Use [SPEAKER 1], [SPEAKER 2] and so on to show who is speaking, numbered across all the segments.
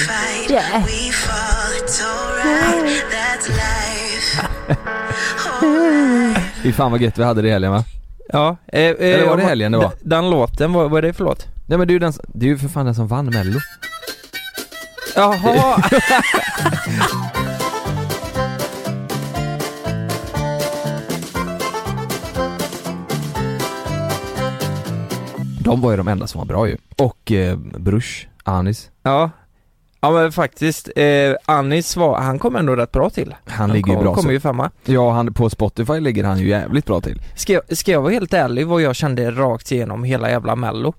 [SPEAKER 1] Yeah.
[SPEAKER 2] We fall, it's alright, that's life. Alright.
[SPEAKER 3] Fy fan vad gött vi hade det i helgen va?
[SPEAKER 4] Ja, eh, eh,
[SPEAKER 3] Eller var det
[SPEAKER 4] om-
[SPEAKER 3] helgen det var?
[SPEAKER 4] d- Den låten, vad, vad är det för låt?
[SPEAKER 3] Nej men det är ju den, s- det är ju för fan den som vann mello
[SPEAKER 4] Jaha!
[SPEAKER 3] De var ju de enda som var bra ju Och eh, Brush, Anis
[SPEAKER 4] ja. ja men faktiskt, eh, Anis var, han kom ändå rätt bra till.
[SPEAKER 3] Han, ligger ju
[SPEAKER 4] kom,
[SPEAKER 3] bra
[SPEAKER 4] kommer
[SPEAKER 3] så.
[SPEAKER 4] ju femma.
[SPEAKER 3] Ja han, på Spotify ligger han ju jävligt bra till
[SPEAKER 4] Ska jag, ska jag vara helt ärlig vad jag kände rakt igenom hela jävla mello?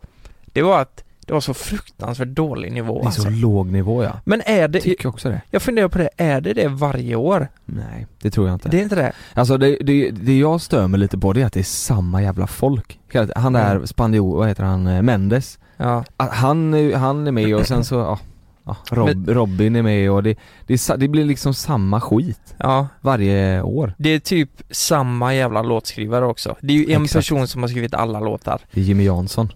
[SPEAKER 4] Det var att det var så fruktansvärt dålig nivå
[SPEAKER 3] Det är så
[SPEAKER 4] alltså.
[SPEAKER 3] låg nivå ja
[SPEAKER 4] Men är det,
[SPEAKER 3] Tycker också det
[SPEAKER 4] jag funderar på det, är det det varje år?
[SPEAKER 3] Nej, det tror jag inte
[SPEAKER 4] Det är inte det?
[SPEAKER 3] Alltså det, det, det jag stör mig lite på det är att det är samma jävla folk Hela- Han där
[SPEAKER 4] Mm.
[SPEAKER 3] spanjor, vad heter han, eh, Mendes
[SPEAKER 4] Ja.
[SPEAKER 3] Ah, Han, är- han är med och sen så, ja ja, Rob, Robin är med och det, det, är sa- det blir liksom samma skit
[SPEAKER 4] Ja.
[SPEAKER 3] varje år
[SPEAKER 4] Det är typ samma jävla låtskrivare också. Det är ju en
[SPEAKER 3] Exakt.
[SPEAKER 4] person som har skrivit alla låtar.
[SPEAKER 3] Det är Jimmy Jansson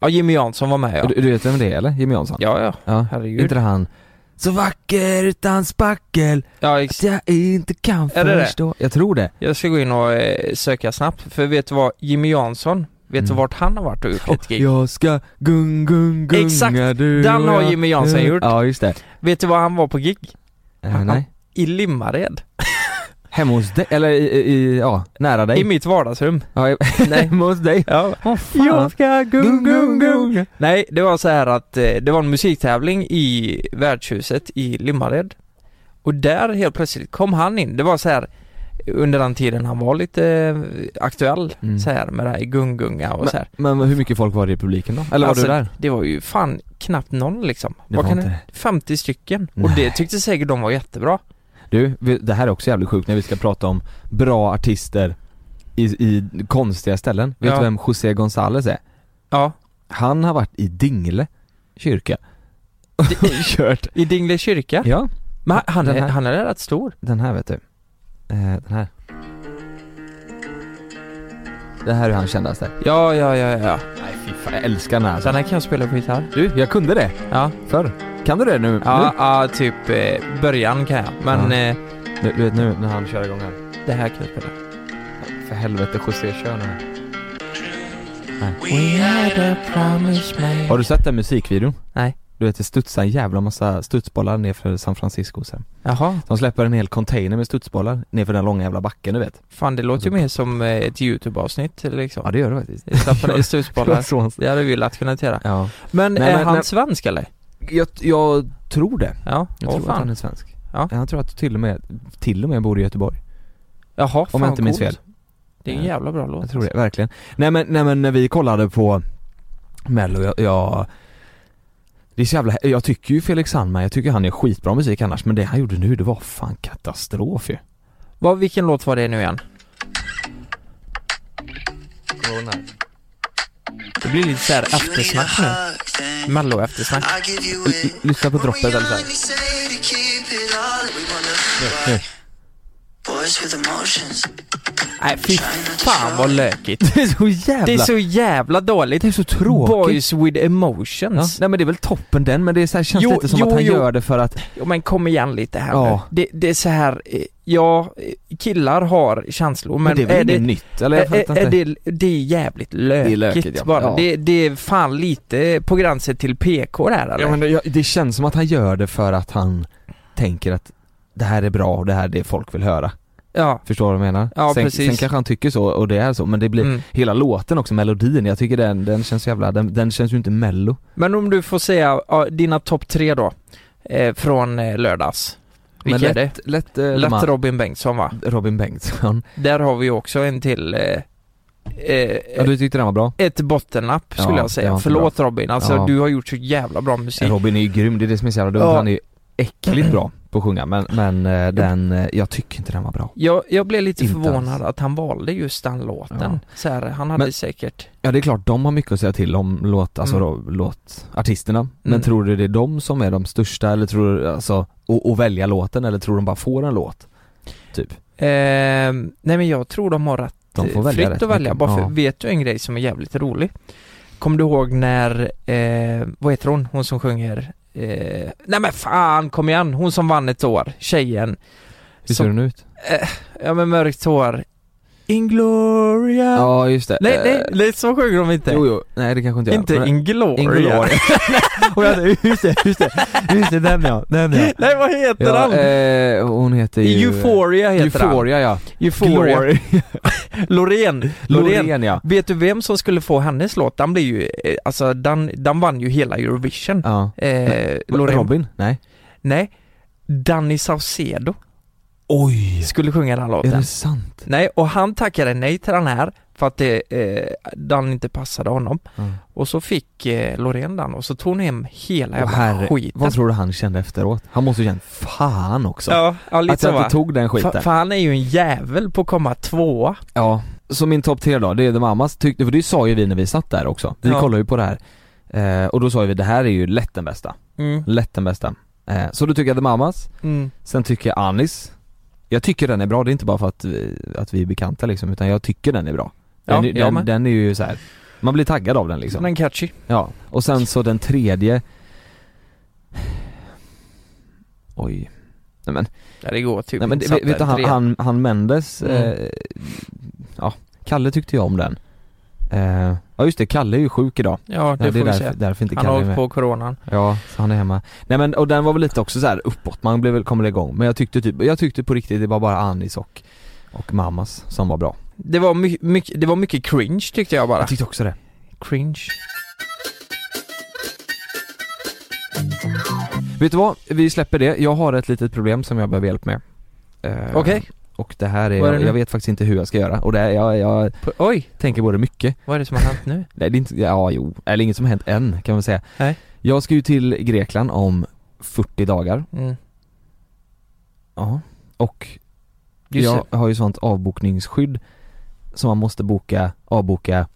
[SPEAKER 4] Ja, Jimmy Jansson var med ja.
[SPEAKER 3] du, du vet vem det är eller? Jimmy Jansson?
[SPEAKER 4] Ja, ja.
[SPEAKER 3] Ja,
[SPEAKER 4] Herregud.
[SPEAKER 3] inte det han Så vacker utan spackel
[SPEAKER 4] Ja,
[SPEAKER 3] att
[SPEAKER 4] ex-
[SPEAKER 3] jag inte kan
[SPEAKER 4] Är det det?
[SPEAKER 3] förstå Jag tror det
[SPEAKER 4] jag ska gå in och eh, söka snabbt. För vet du vad, Jimmy Jansson, vet du
[SPEAKER 3] Mm.
[SPEAKER 4] vart han har varit och gjort lite gig?
[SPEAKER 3] Jag ska gung gung gunga
[SPEAKER 4] Exakt,
[SPEAKER 3] du
[SPEAKER 4] den
[SPEAKER 3] och
[SPEAKER 4] har
[SPEAKER 3] jag.
[SPEAKER 4] Jimmy Jansson gjort.
[SPEAKER 3] Ja just det,
[SPEAKER 4] Vet du var han var på gig?
[SPEAKER 3] eh, nej
[SPEAKER 4] I Limmared.
[SPEAKER 3] Hemma hos dig, eller i, i, i ja, nära dig
[SPEAKER 4] I mitt vardagsrum.
[SPEAKER 3] ja, i-
[SPEAKER 4] Nej.
[SPEAKER 3] Hemma hos dig
[SPEAKER 4] Ja.
[SPEAKER 3] Vad fan.
[SPEAKER 4] ska
[SPEAKER 3] Gung gung gung
[SPEAKER 4] Nej, det var så här att eh, det var en musiktävling i värdshuset i Limmared. Och där helt plötsligt kom han in. Det var så här under den tiden han var lite eh, aktuell
[SPEAKER 3] Mm.
[SPEAKER 4] så här med det här i gungunga och så här.
[SPEAKER 3] Men hur mycket folk var det i publiken då? Eller var
[SPEAKER 4] Alltså,
[SPEAKER 3] du där?
[SPEAKER 4] Det var ju fan knappt någon liksom.
[SPEAKER 3] Det
[SPEAKER 4] Vad
[SPEAKER 3] var
[SPEAKER 4] kan
[SPEAKER 3] inte
[SPEAKER 4] det-
[SPEAKER 3] det.
[SPEAKER 4] 50 stycken. Och det tyckte säkert de var jättebra.
[SPEAKER 3] Du, vi- det här är också jävligt sjukt när vi ska prata om bra artister i, i konstiga ställen Vet
[SPEAKER 4] Ja.
[SPEAKER 3] du vem José González är?
[SPEAKER 4] Ja.
[SPEAKER 3] Han har varit i Dingle kyrka och kört
[SPEAKER 4] I Dingle kyrka.
[SPEAKER 3] Ja,
[SPEAKER 4] Men han, han,
[SPEAKER 3] Den
[SPEAKER 4] är,
[SPEAKER 3] här.
[SPEAKER 4] han är rätt stor.
[SPEAKER 3] den här vet du eh, Den här Det här är han kändaste
[SPEAKER 4] Ja, ja, ja, ja. Alltså,
[SPEAKER 3] Nej fy fan, jag älskar den här
[SPEAKER 4] Den här kan jag spela på gitarr.
[SPEAKER 3] Du, jag kunde det
[SPEAKER 4] Ja.
[SPEAKER 3] förr Kan du det nu?
[SPEAKER 4] Ja, ja typ eh, början kan jag. Men
[SPEAKER 3] Ja.
[SPEAKER 4] eh,
[SPEAKER 3] Nu, du, du vet nu när han kör igång här
[SPEAKER 4] det här kan jag spela.
[SPEAKER 3] För helvete José kör nu här.
[SPEAKER 2] We had a promise made.
[SPEAKER 3] Har du sett den musikvideon?
[SPEAKER 4] Nej.
[SPEAKER 3] Du vet det studsar en jävla massa studsbollar ner för San Francisco sen
[SPEAKER 4] Jaha,
[SPEAKER 3] De släpper en hel container med studsbollar ner för den långa jävla backen du vet
[SPEAKER 4] fan det låter ju mer som eh, ett YouTube-avsnitt liksom.
[SPEAKER 3] Ja det gör det faktiskt
[SPEAKER 4] Staffan i studsbollar.
[SPEAKER 3] Sånt.
[SPEAKER 4] Det hade vi lätt kunnat göra.
[SPEAKER 3] Ja
[SPEAKER 4] Men
[SPEAKER 3] Nej,
[SPEAKER 4] är
[SPEAKER 3] men- eh,
[SPEAKER 4] han
[SPEAKER 3] nej.
[SPEAKER 4] svensk eller?
[SPEAKER 3] jag, jag tror det
[SPEAKER 4] Ja,
[SPEAKER 3] Jag
[SPEAKER 4] åh
[SPEAKER 3] tror att han
[SPEAKER 4] fan.
[SPEAKER 3] är svensk.
[SPEAKER 4] Ja.
[SPEAKER 3] Jag tror att till och med, till och med bor i Göteborg.
[SPEAKER 4] Jaha, fan
[SPEAKER 3] jag inte minns
[SPEAKER 4] coolt.
[SPEAKER 3] fel.
[SPEAKER 4] Det är en
[SPEAKER 3] Ja.
[SPEAKER 4] jävla bra låt.
[SPEAKER 3] Jag tror det, verkligen. Nej men, nej, men när vi kollade på Mello, jag, jag det är så jävla, jag tycker ju Felix Sandman, jag tycker han gör skitbra musik annars men det han gjorde nu det var fan katastrof ju.
[SPEAKER 4] Vad, vilken låt var det nu igen? Det blir lite såhär
[SPEAKER 2] You need a
[SPEAKER 4] eftersnack nu.
[SPEAKER 2] hug, then
[SPEAKER 4] Mello-eftersnack.
[SPEAKER 2] I'll give you
[SPEAKER 3] L-
[SPEAKER 2] it.
[SPEAKER 3] lyssna på
[SPEAKER 2] But we
[SPEAKER 3] droppet eller såhär.
[SPEAKER 2] only say to keep it all that we wanna
[SPEAKER 3] nu.
[SPEAKER 2] fight. Boys with emotions.
[SPEAKER 4] Nej fy fan vad lökigt.
[SPEAKER 3] Det är så jävla,
[SPEAKER 4] Det är så jävla dåligt.
[SPEAKER 3] det är så tråkigt.
[SPEAKER 4] Boys with
[SPEAKER 3] Ja,
[SPEAKER 4] emotions.
[SPEAKER 3] nej men det är väl toppen den men det är så här, känns
[SPEAKER 4] Jo,
[SPEAKER 3] lite som
[SPEAKER 4] jo,
[SPEAKER 3] att han
[SPEAKER 4] jo.
[SPEAKER 3] gör det för att,
[SPEAKER 4] Ja, men kom igen lite här
[SPEAKER 3] Ja.
[SPEAKER 4] nu. Det, det är så här, eh, ja, eh, killar har känslor men,
[SPEAKER 3] men, det är väl
[SPEAKER 4] det,
[SPEAKER 3] inget nytt eller? Jag
[SPEAKER 4] är,
[SPEAKER 3] fattar
[SPEAKER 4] är
[SPEAKER 3] inte.
[SPEAKER 4] det, det är jävligt lökigt,
[SPEAKER 3] lökigt, ja.
[SPEAKER 4] bara.
[SPEAKER 3] Ja.
[SPEAKER 4] Det, det är fan lite på gränsen till PK det här eller?
[SPEAKER 3] Ja, men det, jag- det känns som att han gör det för att han tänker att det här är bra och det här är det folk vill höra.
[SPEAKER 4] ja.
[SPEAKER 3] Förstår du vad jag menar?
[SPEAKER 4] Ja,
[SPEAKER 3] sen,
[SPEAKER 4] precis.
[SPEAKER 3] sen kanske han tycker så och det är så men det blir
[SPEAKER 4] Mm.
[SPEAKER 3] Hela låten också, melodin, jag tycker den, den känns jävla, den, den känns ju inte mello
[SPEAKER 4] Men om du får säga ja, dina topp tre då, eh, från eh, lördags. Vilka
[SPEAKER 3] Men
[SPEAKER 4] är det?
[SPEAKER 3] Lätt, eh,
[SPEAKER 4] Lätt
[SPEAKER 3] lätt
[SPEAKER 4] Robin Bengtsson va?
[SPEAKER 3] Robin Bengtsson,
[SPEAKER 4] Där har vi också en till eh, eh,
[SPEAKER 3] ja du tyckte den var bra?
[SPEAKER 4] ett bottennapp skulle
[SPEAKER 3] Ja,
[SPEAKER 4] jag
[SPEAKER 3] det var
[SPEAKER 4] säga.
[SPEAKER 3] inte
[SPEAKER 4] Förlåt Robin, alltså
[SPEAKER 3] Ja.
[SPEAKER 4] du har gjort så jävla bra musik.
[SPEAKER 3] Robin är ju grym, det är det som är så jävla dumt,
[SPEAKER 4] Ja.
[SPEAKER 3] han är ju äckligt bra på att sjunga men, men eh, den, eh, jag tycker inte den var bra
[SPEAKER 4] Jag, jag blev lite
[SPEAKER 3] Inte
[SPEAKER 4] förvånad
[SPEAKER 3] alls.
[SPEAKER 4] att han valde just den låten.
[SPEAKER 3] Ja.
[SPEAKER 4] Så här, han hade
[SPEAKER 3] Men-
[SPEAKER 4] säkert...
[SPEAKER 3] Ja det är klart, de har mycket att säga till om låt, alltså
[SPEAKER 4] Mm.
[SPEAKER 3] då, låt, artisterna Men
[SPEAKER 4] Mm.
[SPEAKER 3] tror du det är de som är de största eller tror du, alltså, och, och välja låten eller tror de bara får en låt? Typ,
[SPEAKER 4] Ehm, nej men jag tror de har rätt
[SPEAKER 3] de får
[SPEAKER 4] eh,
[SPEAKER 3] välja
[SPEAKER 4] fritt
[SPEAKER 3] rätt
[SPEAKER 4] att välja.
[SPEAKER 3] mycket.
[SPEAKER 4] Bara för,
[SPEAKER 3] ja.
[SPEAKER 4] Vet du en grej som är jävligt rolig? Kommer du ihåg när, eh, vad heter hon, hon som sjunger Eh, nej men fan, kom igen! Hon som vann ett år, tjejen.
[SPEAKER 3] Hur ser
[SPEAKER 4] Som-
[SPEAKER 3] den ut?
[SPEAKER 4] Ja men mörkt hår. Ingloria.
[SPEAKER 3] Ja just det.
[SPEAKER 4] Nej,
[SPEAKER 3] Eh,
[SPEAKER 4] nej, nej, så sjunger de inte.
[SPEAKER 3] Jo, jo. Nej det kanske inte jag
[SPEAKER 4] inte
[SPEAKER 3] men-
[SPEAKER 4] Ingloria.
[SPEAKER 3] Ingloria. Och jag- just det, just det. Just det, den ja. Den ja.
[SPEAKER 4] nej vad heter han?
[SPEAKER 3] ja eh, hon heter ju...
[SPEAKER 4] Euphoria heter
[SPEAKER 3] Euphoria ja.
[SPEAKER 4] han. Euphoria.
[SPEAKER 3] Glory.
[SPEAKER 4] Loreen. Loreen.
[SPEAKER 3] Loreen ja.
[SPEAKER 4] Vet du vem som skulle få hennes låt? Den blev ju, eh, alltså den, den vann ju hela Eurovision.
[SPEAKER 3] ja.
[SPEAKER 4] Eh, Loreen.
[SPEAKER 3] Robin? Nej.
[SPEAKER 4] Nej. Danny Saucedo
[SPEAKER 3] Oj!
[SPEAKER 4] skulle sjunga den här
[SPEAKER 3] Är
[SPEAKER 4] låten.
[SPEAKER 3] det sant?
[SPEAKER 4] Nej, och han tackade nej till den här för att det, eh, den inte passade honom.
[SPEAKER 3] Mm.
[SPEAKER 4] Och så fick eh, Loreen den och så tog hon hem hela
[SPEAKER 3] Åh,
[SPEAKER 4] jävla
[SPEAKER 3] herre,
[SPEAKER 4] skiten.
[SPEAKER 3] Vad tror du han kände efteråt? Han måste ju känt fan också.
[SPEAKER 4] Ja, ja lite
[SPEAKER 3] att jag
[SPEAKER 4] så va.
[SPEAKER 3] inte tog den skiten.
[SPEAKER 4] Fa- För han är ju en jävel på att komma tvåa.
[SPEAKER 3] Ja, så min topp tre då, det är The Mamas tyckte, för det sa ju vi när vi satt där också. Vi
[SPEAKER 4] Ja.
[SPEAKER 3] kollade ju på det här. Eh, och då sa ju vi det här är ju lätt den bästa.
[SPEAKER 4] Mm.
[SPEAKER 3] Lätt den bästa. Eh, så då tycker jag The Mamas,
[SPEAKER 4] Mm.
[SPEAKER 3] sen tycker jag Anis. Jag tycker den är bra, det är inte bara för att, vi- att vi är bekanta liksom, utan jag tycker den är bra. Den,
[SPEAKER 4] Ja, jag
[SPEAKER 3] den,
[SPEAKER 4] med.
[SPEAKER 3] den är ju så här. man blir taggad av den liksom.
[SPEAKER 4] Den är catchy.
[SPEAKER 3] Ja, och sen så den tredje Oj Nej men,
[SPEAKER 4] Ja, det går typ
[SPEAKER 3] nej, men
[SPEAKER 4] inte
[SPEAKER 3] det-
[SPEAKER 4] satt
[SPEAKER 3] vet, vet du
[SPEAKER 4] där
[SPEAKER 3] han,
[SPEAKER 4] tre.
[SPEAKER 3] han, han Mendes,
[SPEAKER 4] Mm.
[SPEAKER 3] eh, ja, Kalle tyckte jag om den eh, Ja just det, Kalle är ju sjuk idag
[SPEAKER 4] Ja, det
[SPEAKER 3] ja, Det
[SPEAKER 4] får
[SPEAKER 3] är
[SPEAKER 4] vi
[SPEAKER 3] därför,
[SPEAKER 4] se.
[SPEAKER 3] därför inte
[SPEAKER 4] Han har
[SPEAKER 3] Kalle är med
[SPEAKER 4] åkt på coronan.
[SPEAKER 3] Ja, så han är hemma Nej men, och den var väl lite också så här uppåt, man blev väl, kom väl igång Men jag tyckte typ, jag tyckte på riktigt det var bara Anis och, och Mamas som var bra
[SPEAKER 4] Det var, my- mycket, det var mycket cringe tyckte jag bara.
[SPEAKER 3] Jag tyckte också det
[SPEAKER 4] Cringe.
[SPEAKER 3] Vet du vad? Vi släpper det, jag har ett litet problem som jag behöver hjälp med eh,
[SPEAKER 4] Okej.
[SPEAKER 3] Och det här är,
[SPEAKER 4] Vad är det
[SPEAKER 3] jag,
[SPEAKER 4] nu?
[SPEAKER 3] jag vet faktiskt inte hur jag ska göra och det, är- jag, jag
[SPEAKER 4] P- Oj,
[SPEAKER 3] tänker på det mycket.
[SPEAKER 4] vad är det som har hänt nu?
[SPEAKER 3] Nej det är inte, ja jo, eller inget som hänt än kan man säga.
[SPEAKER 4] Nej.
[SPEAKER 3] Jag ska ju till Grekland om 40 dagar.
[SPEAKER 4] Mm.
[SPEAKER 3] Ja. Och
[SPEAKER 4] Just
[SPEAKER 3] jag har ju sånt avbokningsskydd som man måste boka, avboka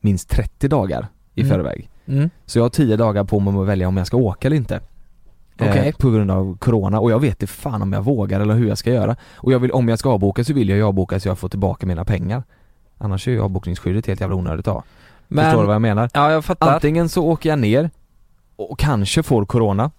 [SPEAKER 3] minst 30 dagar i
[SPEAKER 4] Mm.
[SPEAKER 3] förväg.
[SPEAKER 4] det. Mm.
[SPEAKER 3] Så jag har 10 dagar på mig att välja om jag ska åka eller inte. Eh,
[SPEAKER 4] Okej.
[SPEAKER 3] På grund av Corona och jag vet inte fan om jag vågar eller hur jag ska göra. Och jag vill, om jag ska avboka så vill jag ju avboka så jag får tillbaka mina pengar. Annars är ju avbokningsskyddet helt jävla onödigt att ha.
[SPEAKER 4] Men,
[SPEAKER 3] Förstår du vad jag menar?
[SPEAKER 4] Ja, jag fattar.
[SPEAKER 3] Antingen så åker jag ner och kanske får Corona.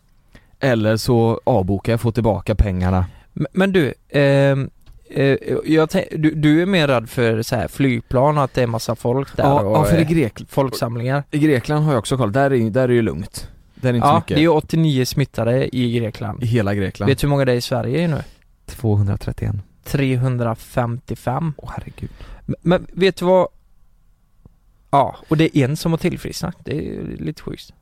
[SPEAKER 3] Eller så avbokar jag, får tillbaka pengarna.
[SPEAKER 4] M- Men du, ehm, eh, jag tänk, du, du är mer rädd för så här flygplan och att det är massa folk där
[SPEAKER 3] Ja,
[SPEAKER 4] och
[SPEAKER 3] ja, för i,
[SPEAKER 4] eh,
[SPEAKER 3] Grek,
[SPEAKER 4] folksamlingar.
[SPEAKER 3] i Grekland har jag också kollat, där är, där är ju lugnt. Där är inte så
[SPEAKER 4] Ja, det
[SPEAKER 3] mycket.
[SPEAKER 4] är ju 89 smittade i Grekland.
[SPEAKER 3] I hela Grekland.
[SPEAKER 4] Vet du hur många det är i Sverige nu?
[SPEAKER 3] 231.
[SPEAKER 4] 355.
[SPEAKER 3] Åh herregud.
[SPEAKER 4] Men- Men vet du vad? Ja, och det är en som har tillfrisknat. Det är ju lite sjukt.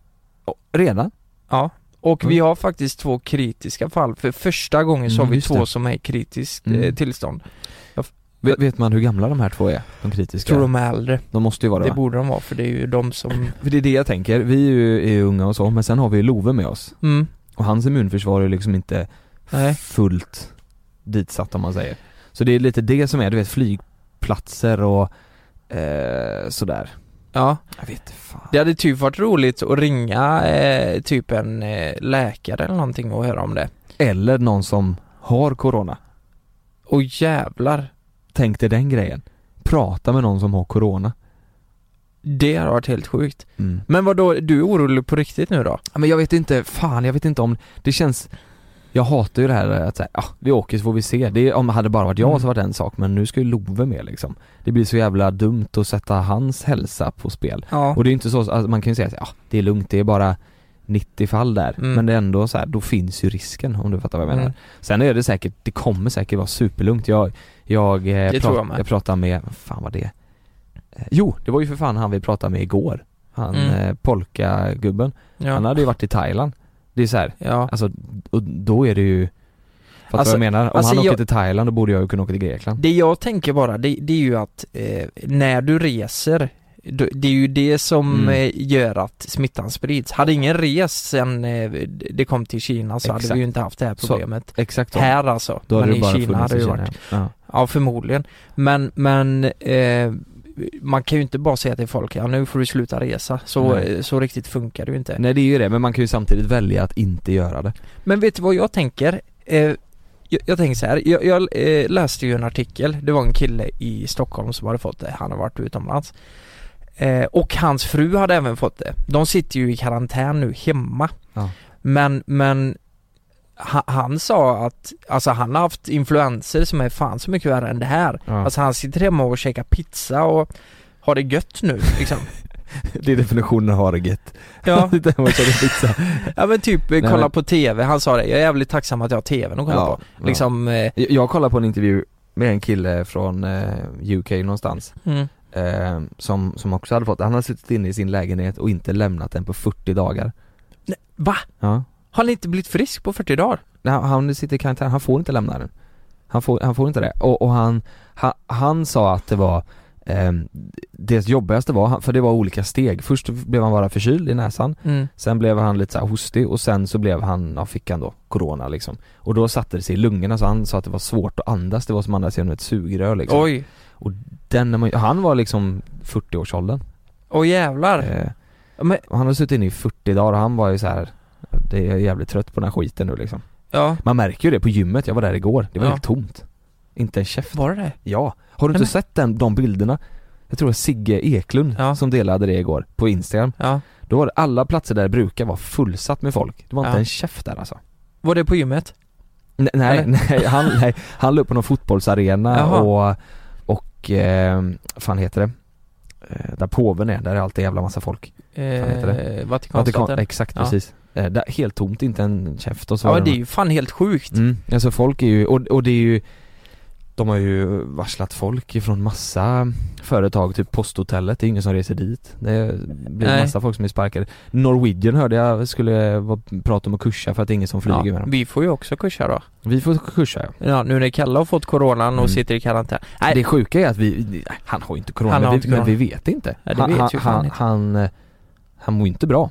[SPEAKER 3] Åh, redan?
[SPEAKER 4] Ja, och vi
[SPEAKER 3] Mm.
[SPEAKER 4] har faktiskt två kritiska fall. För första gången så
[SPEAKER 3] Mm,
[SPEAKER 4] har vi
[SPEAKER 3] just
[SPEAKER 4] två
[SPEAKER 3] det.
[SPEAKER 4] som är i kritiskt
[SPEAKER 3] Mm.
[SPEAKER 4] eh, tillstånd.
[SPEAKER 3] Vet, vet man hur gamla de här två är? De kritiska?
[SPEAKER 4] Tror de är äldre.
[SPEAKER 3] de måste ju vara det,
[SPEAKER 4] Det
[SPEAKER 3] va?
[SPEAKER 4] borde de vara för det är ju de som...
[SPEAKER 3] För det är det jag tänker, vi är ju, är ju unga och så, men sen har vi ju Love med oss
[SPEAKER 4] Mm.
[SPEAKER 3] Och hans immunförsvar är liksom inte
[SPEAKER 4] Nej.
[SPEAKER 3] fullt ditsatt om man säger Så det är lite det som är, du vet flygplatser och eh, sådär
[SPEAKER 4] Ja,
[SPEAKER 3] Jag vet fan
[SPEAKER 4] det hade typ varit roligt att ringa eh, typ en eh, läkare eller någonting och höra om det.
[SPEAKER 3] Eller någon som har corona,
[SPEAKER 4] Och jävlar,
[SPEAKER 3] tänk dig den grejen Prata med någon som har corona
[SPEAKER 4] det har varit helt sjukt. Men vad då du är orolig på riktigt nu då?
[SPEAKER 3] Ja, Men jag vet inte, fan jag vet inte om, det känns jag hatar ju det här att säga, ja vi åker så får vi se. Det är, om det hade bara varit jag
[SPEAKER 4] Mm.
[SPEAKER 3] så var det en sak men nu ska ju Love med liksom. Det blir så jävla dumt att sätta hans hälsa på spel.
[SPEAKER 4] Ja.
[SPEAKER 3] Och det är inte så, alltså, man kan ju säga att ja, det är lugnt, det är bara 90 fall där.
[SPEAKER 4] Mm.
[SPEAKER 3] Men det är ändå så här, då finns ju risken om du fattar vad jag menar.
[SPEAKER 4] Mm.
[SPEAKER 3] Sen är det säkert, det kommer säkert vara superlugnt. Jag, jag, eh,
[SPEAKER 4] Det tror jag med.
[SPEAKER 3] jag pratar med, vad fan var det? Eh, Jo, det var ju för fan han vi pratade med igår. Han
[SPEAKER 4] Mm.
[SPEAKER 3] eh, polkagubben.
[SPEAKER 4] Ja.
[SPEAKER 3] Han hade ju varit i Thailand. Det är så här,
[SPEAKER 4] ja.
[SPEAKER 3] alltså, och då är det ju Fattar
[SPEAKER 4] Alltså,
[SPEAKER 3] du vad jag menar? Om
[SPEAKER 4] alltså
[SPEAKER 3] han åker
[SPEAKER 4] jag-
[SPEAKER 3] till Thailand då borde jag ju kunna åka till Grekland.
[SPEAKER 4] Det jag tänker bara, det, det är ju att eh, när du reser, då- det är ju det som
[SPEAKER 3] Mm.
[SPEAKER 4] eh, gör att smittan sprids. Hade ingen rest sen eh, det kom till Kina så hade
[SPEAKER 3] Exakt.
[SPEAKER 4] vi ju inte haft det här
[SPEAKER 3] Så,
[SPEAKER 4] problemet.
[SPEAKER 3] Exakt så.
[SPEAKER 4] här alltså,
[SPEAKER 3] Då hade
[SPEAKER 4] men
[SPEAKER 3] det bara
[SPEAKER 4] i Kina
[SPEAKER 3] funnits
[SPEAKER 4] hade det ju
[SPEAKER 3] i
[SPEAKER 4] varit.
[SPEAKER 3] Kina. Ja.
[SPEAKER 4] Ja, förmodligen. Men, men eh, man kan ju inte bara säga till folk, ja nu får du sluta resa. Så,
[SPEAKER 3] Nej.
[SPEAKER 4] eh, så riktigt funkar det ju inte.
[SPEAKER 3] Nej det är ju det, men man kan ju samtidigt välja att inte göra det.
[SPEAKER 4] Men vet du vad jag tänker? Eh, jag, jag tänker så här. jag, jag eh, läste ju en artikel, det var en kille i Stockholm som hade fått det, han har varit utomlands. Eh, och hans fru hade även fått det. De sitter ju i karantän nu hemma.
[SPEAKER 3] Ja.
[SPEAKER 4] Men, men ha- han sa att, alltså han har haft influenser som är fan så mycket värre än det här.
[SPEAKER 3] Ja.
[SPEAKER 4] Alltså han sitter hemma och käkar pizza och har det gött nu liksom.
[SPEAKER 3] Det är definitionen av harget.
[SPEAKER 4] Ja,
[SPEAKER 3] Sitta hemma och käka pizza.
[SPEAKER 4] ja men typ
[SPEAKER 3] Nej,
[SPEAKER 4] eh, kolla
[SPEAKER 3] men-
[SPEAKER 4] på TV, han sa det, jag är jävligt tacksam att jag har TVn att kolla
[SPEAKER 3] Ja,
[SPEAKER 4] på. Liksom, eh,
[SPEAKER 3] Jag- Jag kollade på en intervju med en kille från eh, UK någonstans
[SPEAKER 4] mm,
[SPEAKER 3] eh, som, som också hade fått, han hade suttit inne i sin lägenhet och inte lämnat den på 40 dagar.
[SPEAKER 4] va?
[SPEAKER 3] Ja.
[SPEAKER 4] Har ni inte blivit frisk på 40 dagar?
[SPEAKER 3] Nej, han- han sitter i karantän, han får inte lämna den. Han får, han får inte det. Och, och han, han, han sa att det var ehm, det jobbigaste var, för det var olika steg. Först blev han bara förkyld i näsan,
[SPEAKER 4] Mm.
[SPEAKER 3] sen blev han lite så här hostig och sen så blev han, ja, fick han då corona liksom. Och då satte det sig i lungorna så han sa att det var svårt att andas, det var som att andas genom ett sugrör liksom.
[SPEAKER 4] Oj,
[SPEAKER 3] Den, när man- han var liksom 40-årsåldern.
[SPEAKER 4] åh jävlar.
[SPEAKER 3] Eh,
[SPEAKER 4] Ja, men,
[SPEAKER 3] och han har suttit inne i 40 dagar och han var ju så här. Det är jag jävligt trött på den här skiten nu liksom.
[SPEAKER 4] ja.
[SPEAKER 3] Man märker ju det på gymmet, jag var där igår, det var
[SPEAKER 4] Ja.
[SPEAKER 3] helt tomt. Inte en käft.
[SPEAKER 4] Var det det?
[SPEAKER 3] Ja. Har du
[SPEAKER 4] Nej,
[SPEAKER 3] inte
[SPEAKER 4] men-
[SPEAKER 3] sett den, de bilderna? Jag tror det var Sigge Eklund
[SPEAKER 4] Ja.
[SPEAKER 3] som delade det igår på Instagram.
[SPEAKER 4] Ja.
[SPEAKER 3] Då var det alla platser där det brukar vara fullsatt med folk. Det var inte
[SPEAKER 4] Ja.
[SPEAKER 3] en käft där alltså.
[SPEAKER 4] Var det på gymmet?
[SPEAKER 3] Nej, nej,
[SPEAKER 4] Eller?
[SPEAKER 3] nej, han, nej, han la upp på någon fotbollsarena
[SPEAKER 4] Jaha.
[SPEAKER 3] och, och eh, vad fan heter det? Eh, där påven är, där är alltid en jävla massa folk. heter
[SPEAKER 4] Eh,
[SPEAKER 3] Vatikan,
[SPEAKER 4] Vatikanstaten?
[SPEAKER 3] exakt
[SPEAKER 4] Ja.
[SPEAKER 3] precis. Eh, där, helt tomt, inte en käft och så
[SPEAKER 4] Ja
[SPEAKER 3] var
[SPEAKER 4] det är ju fan helt sjukt.
[SPEAKER 3] mm, Alltså folk är ju, och, och det är ju De har ju varslat folk ifrån massa företag, typ posthotellet, det är ingen som reser dit Det blir
[SPEAKER 4] Nej.
[SPEAKER 3] massa folk som är sparkade Norwegian hörde jag skulle vara- prata om att kursa för att det är ingen som flyger med
[SPEAKER 4] Ja,
[SPEAKER 3] dem
[SPEAKER 4] vi får ju också kursa då.
[SPEAKER 3] Vi får kursa ja
[SPEAKER 4] Ja, nu när Kalle har fått coronan och
[SPEAKER 3] Mm.
[SPEAKER 4] sitter i karantän.
[SPEAKER 3] Nej det sjuka är att vi, han har ju inte corona,
[SPEAKER 4] Han har
[SPEAKER 3] men,
[SPEAKER 4] inte
[SPEAKER 3] vi, men
[SPEAKER 4] corona.
[SPEAKER 3] vi vet inte
[SPEAKER 4] Ja, det
[SPEAKER 3] Han-
[SPEAKER 4] vet
[SPEAKER 3] han,
[SPEAKER 4] ju fan
[SPEAKER 3] han,
[SPEAKER 4] inte.
[SPEAKER 3] han, eh, han mår inte bra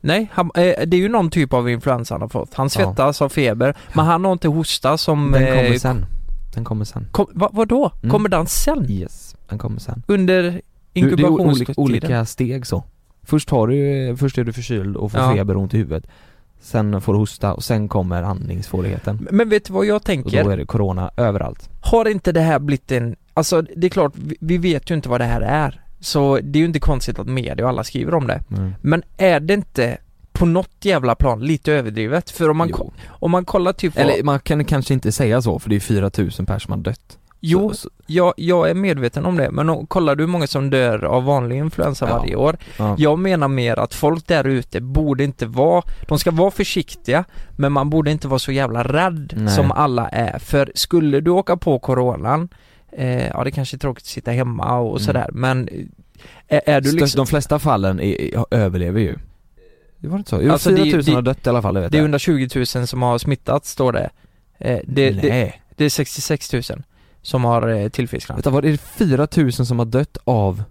[SPEAKER 4] Nej, han, eh, det är ju någon typ av influensa han har fått. Han svettas, har feber, men han har inte hosta som...
[SPEAKER 3] Den kommer
[SPEAKER 4] eh,
[SPEAKER 3] sen Den kommer sen
[SPEAKER 4] Kom, va, vadå?
[SPEAKER 3] Mm.
[SPEAKER 4] Kommer den sen?
[SPEAKER 3] Yes, den kommer sen
[SPEAKER 4] Under
[SPEAKER 3] Du, det är ju olika,
[SPEAKER 4] inkubationstiden?
[SPEAKER 3] olika steg så. Först, har du, först är du förkyld och får
[SPEAKER 4] Ja.
[SPEAKER 3] feber och ont i huvudet. Sen får du hosta och sen kommer andningssvårigheten.
[SPEAKER 4] Men vet du vad jag
[SPEAKER 3] Och då
[SPEAKER 4] tänker?
[SPEAKER 3] är det corona överallt.
[SPEAKER 4] Har inte det här blivit en... Alltså det är klart, vi, vi vet ju inte vad det här är. Så det är ju inte konstigt att media och alla skriver om det. Men är det inte på något jävla plan lite överdrivet? För om man,
[SPEAKER 3] Jo.
[SPEAKER 4] ko- om man kollar typ... vad-
[SPEAKER 3] Eller man kan kanske inte säga så för det är 4000 personer som har dött.
[SPEAKER 4] jo,
[SPEAKER 3] Så, så,
[SPEAKER 4] jag, jag är medveten om det, men om- kollar du hur många som dör av vanlig influensa
[SPEAKER 3] Ja.
[SPEAKER 4] varje år?
[SPEAKER 3] ja.
[SPEAKER 4] Jag menar mer att folk där ute borde inte vara, de ska vara försiktiga, men man borde inte vara så jävla rädd
[SPEAKER 3] Nej.
[SPEAKER 4] som alla är. För skulle du åka på coronan, eh, ja det kanske är tråkigt att sitta hemma och
[SPEAKER 3] Mm.
[SPEAKER 4] sådär, men eh, är, är du
[SPEAKER 3] Störst-
[SPEAKER 4] liksom...
[SPEAKER 3] De flesta fallen är, är, överlever ju. Det var inte så? Jo,
[SPEAKER 4] Alltså, det är-
[SPEAKER 3] 4000
[SPEAKER 4] det-
[SPEAKER 3] har dött i alla fall, det vet
[SPEAKER 4] Det är
[SPEAKER 3] jag.
[SPEAKER 4] 120 000 som har smittats, står det. Eh, det, det,
[SPEAKER 3] Nej,
[SPEAKER 4] Det är 66 000 som har eh, tillfrisknat.
[SPEAKER 3] vänta vad är det 4000 som har dött av?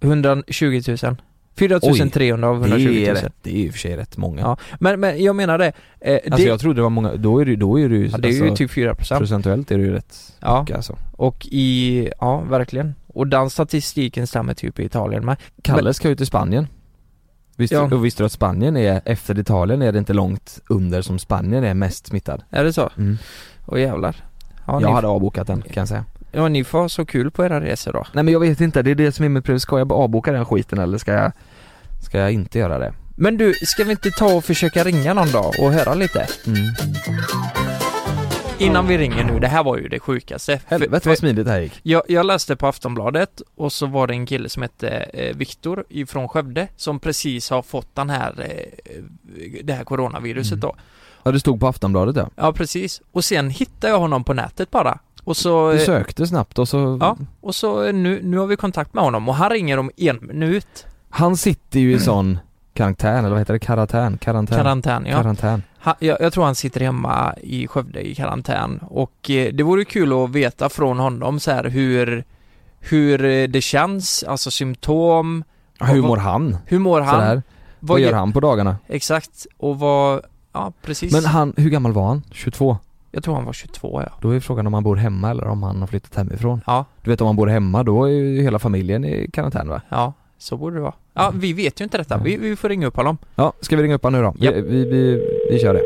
[SPEAKER 4] 120 000. 4300 av 120 000.
[SPEAKER 3] rätt, det är i och för sig rätt många.
[SPEAKER 4] Ja, Men, men jag menar det. Eh, det,
[SPEAKER 3] Alltså jag trodde det var många, då är det, då är det ju,
[SPEAKER 4] ja, det är ju
[SPEAKER 3] alltså,
[SPEAKER 4] typ 4 procent.
[SPEAKER 3] procentuellt är det ju rätt
[SPEAKER 4] Ja,
[SPEAKER 3] mycket alltså.
[SPEAKER 4] och i, ja verkligen. Och den statistiken stämmer typ i Italien med.
[SPEAKER 3] Kalle
[SPEAKER 4] Men-
[SPEAKER 3] ska ut till Spanien Visst,
[SPEAKER 4] Ja.
[SPEAKER 3] Och visste du att Spanien är, efter Italien är det inte långt under som Spanien är mest smittad?
[SPEAKER 4] Är det så?
[SPEAKER 3] Mm.
[SPEAKER 4] Åh jävlar. Ja,
[SPEAKER 3] jag
[SPEAKER 4] ni,
[SPEAKER 3] hade avbokat den kan jag säga
[SPEAKER 4] ja, ni får ha så kul på era resor då.
[SPEAKER 3] Nej men jag vet inte, det är det som är mitt problem, ska jag bara avboka den skiten eller ska jag, ska jag inte göra det?
[SPEAKER 4] Men du, ska vi inte ta och försöka ringa någon dag och höra lite?
[SPEAKER 3] Mm.
[SPEAKER 4] Innan vi ringer nu, det här var ju det sjukaste. För-
[SPEAKER 3] Helvete
[SPEAKER 4] för-
[SPEAKER 3] vad smidigt det här gick
[SPEAKER 4] Jag, jag läste på Aftonbladet och så var det en kille som hette eh, Viktor ifrån Skövde som precis har fått den här, eh, det här coronaviruset
[SPEAKER 3] Mm.
[SPEAKER 4] då.
[SPEAKER 3] Ja det stod på Aftonbladet ja
[SPEAKER 4] Ja precis. Och sen hittade jag honom på nätet bara. Och så,
[SPEAKER 3] Du
[SPEAKER 4] eh,
[SPEAKER 3] sökte snabbt och så
[SPEAKER 4] Ja. och så eh, nu, nu har vi kontakt med honom och han ringer om en minut.
[SPEAKER 3] Han sitter ju i sån karantän, eller vad heter det? Karantän? Karantän?
[SPEAKER 4] Karantän ja.
[SPEAKER 3] karantän.
[SPEAKER 4] Han, jag, jag tror han sitter hemma i Skövde i karantän och eh, det vore kul att veta från honom så här hur, hur eh, det känns, alltså symptom,
[SPEAKER 3] Hur mår han?
[SPEAKER 4] hur mår han?
[SPEAKER 3] Sådär. Vad gör han på dagarna?
[SPEAKER 4] Exakt, och vad, ja precis.
[SPEAKER 3] Men han, hur gammal var han? 22?
[SPEAKER 4] jag tror han var 22 ja.
[SPEAKER 3] Då är frågan om han bor hemma eller om han har flyttat hemifrån.
[SPEAKER 4] Ja,
[SPEAKER 3] Du vet om han bor hemma då är ju hela familjen i karantän va?
[SPEAKER 4] ja, så borde det vara. Ja, vi vet ju inte detta. Vi, vi får ringa upp honom.
[SPEAKER 3] Ja, ska vi ringa upp honom nu då?
[SPEAKER 4] Japp.
[SPEAKER 3] Vi, vi, vi, vi kör det.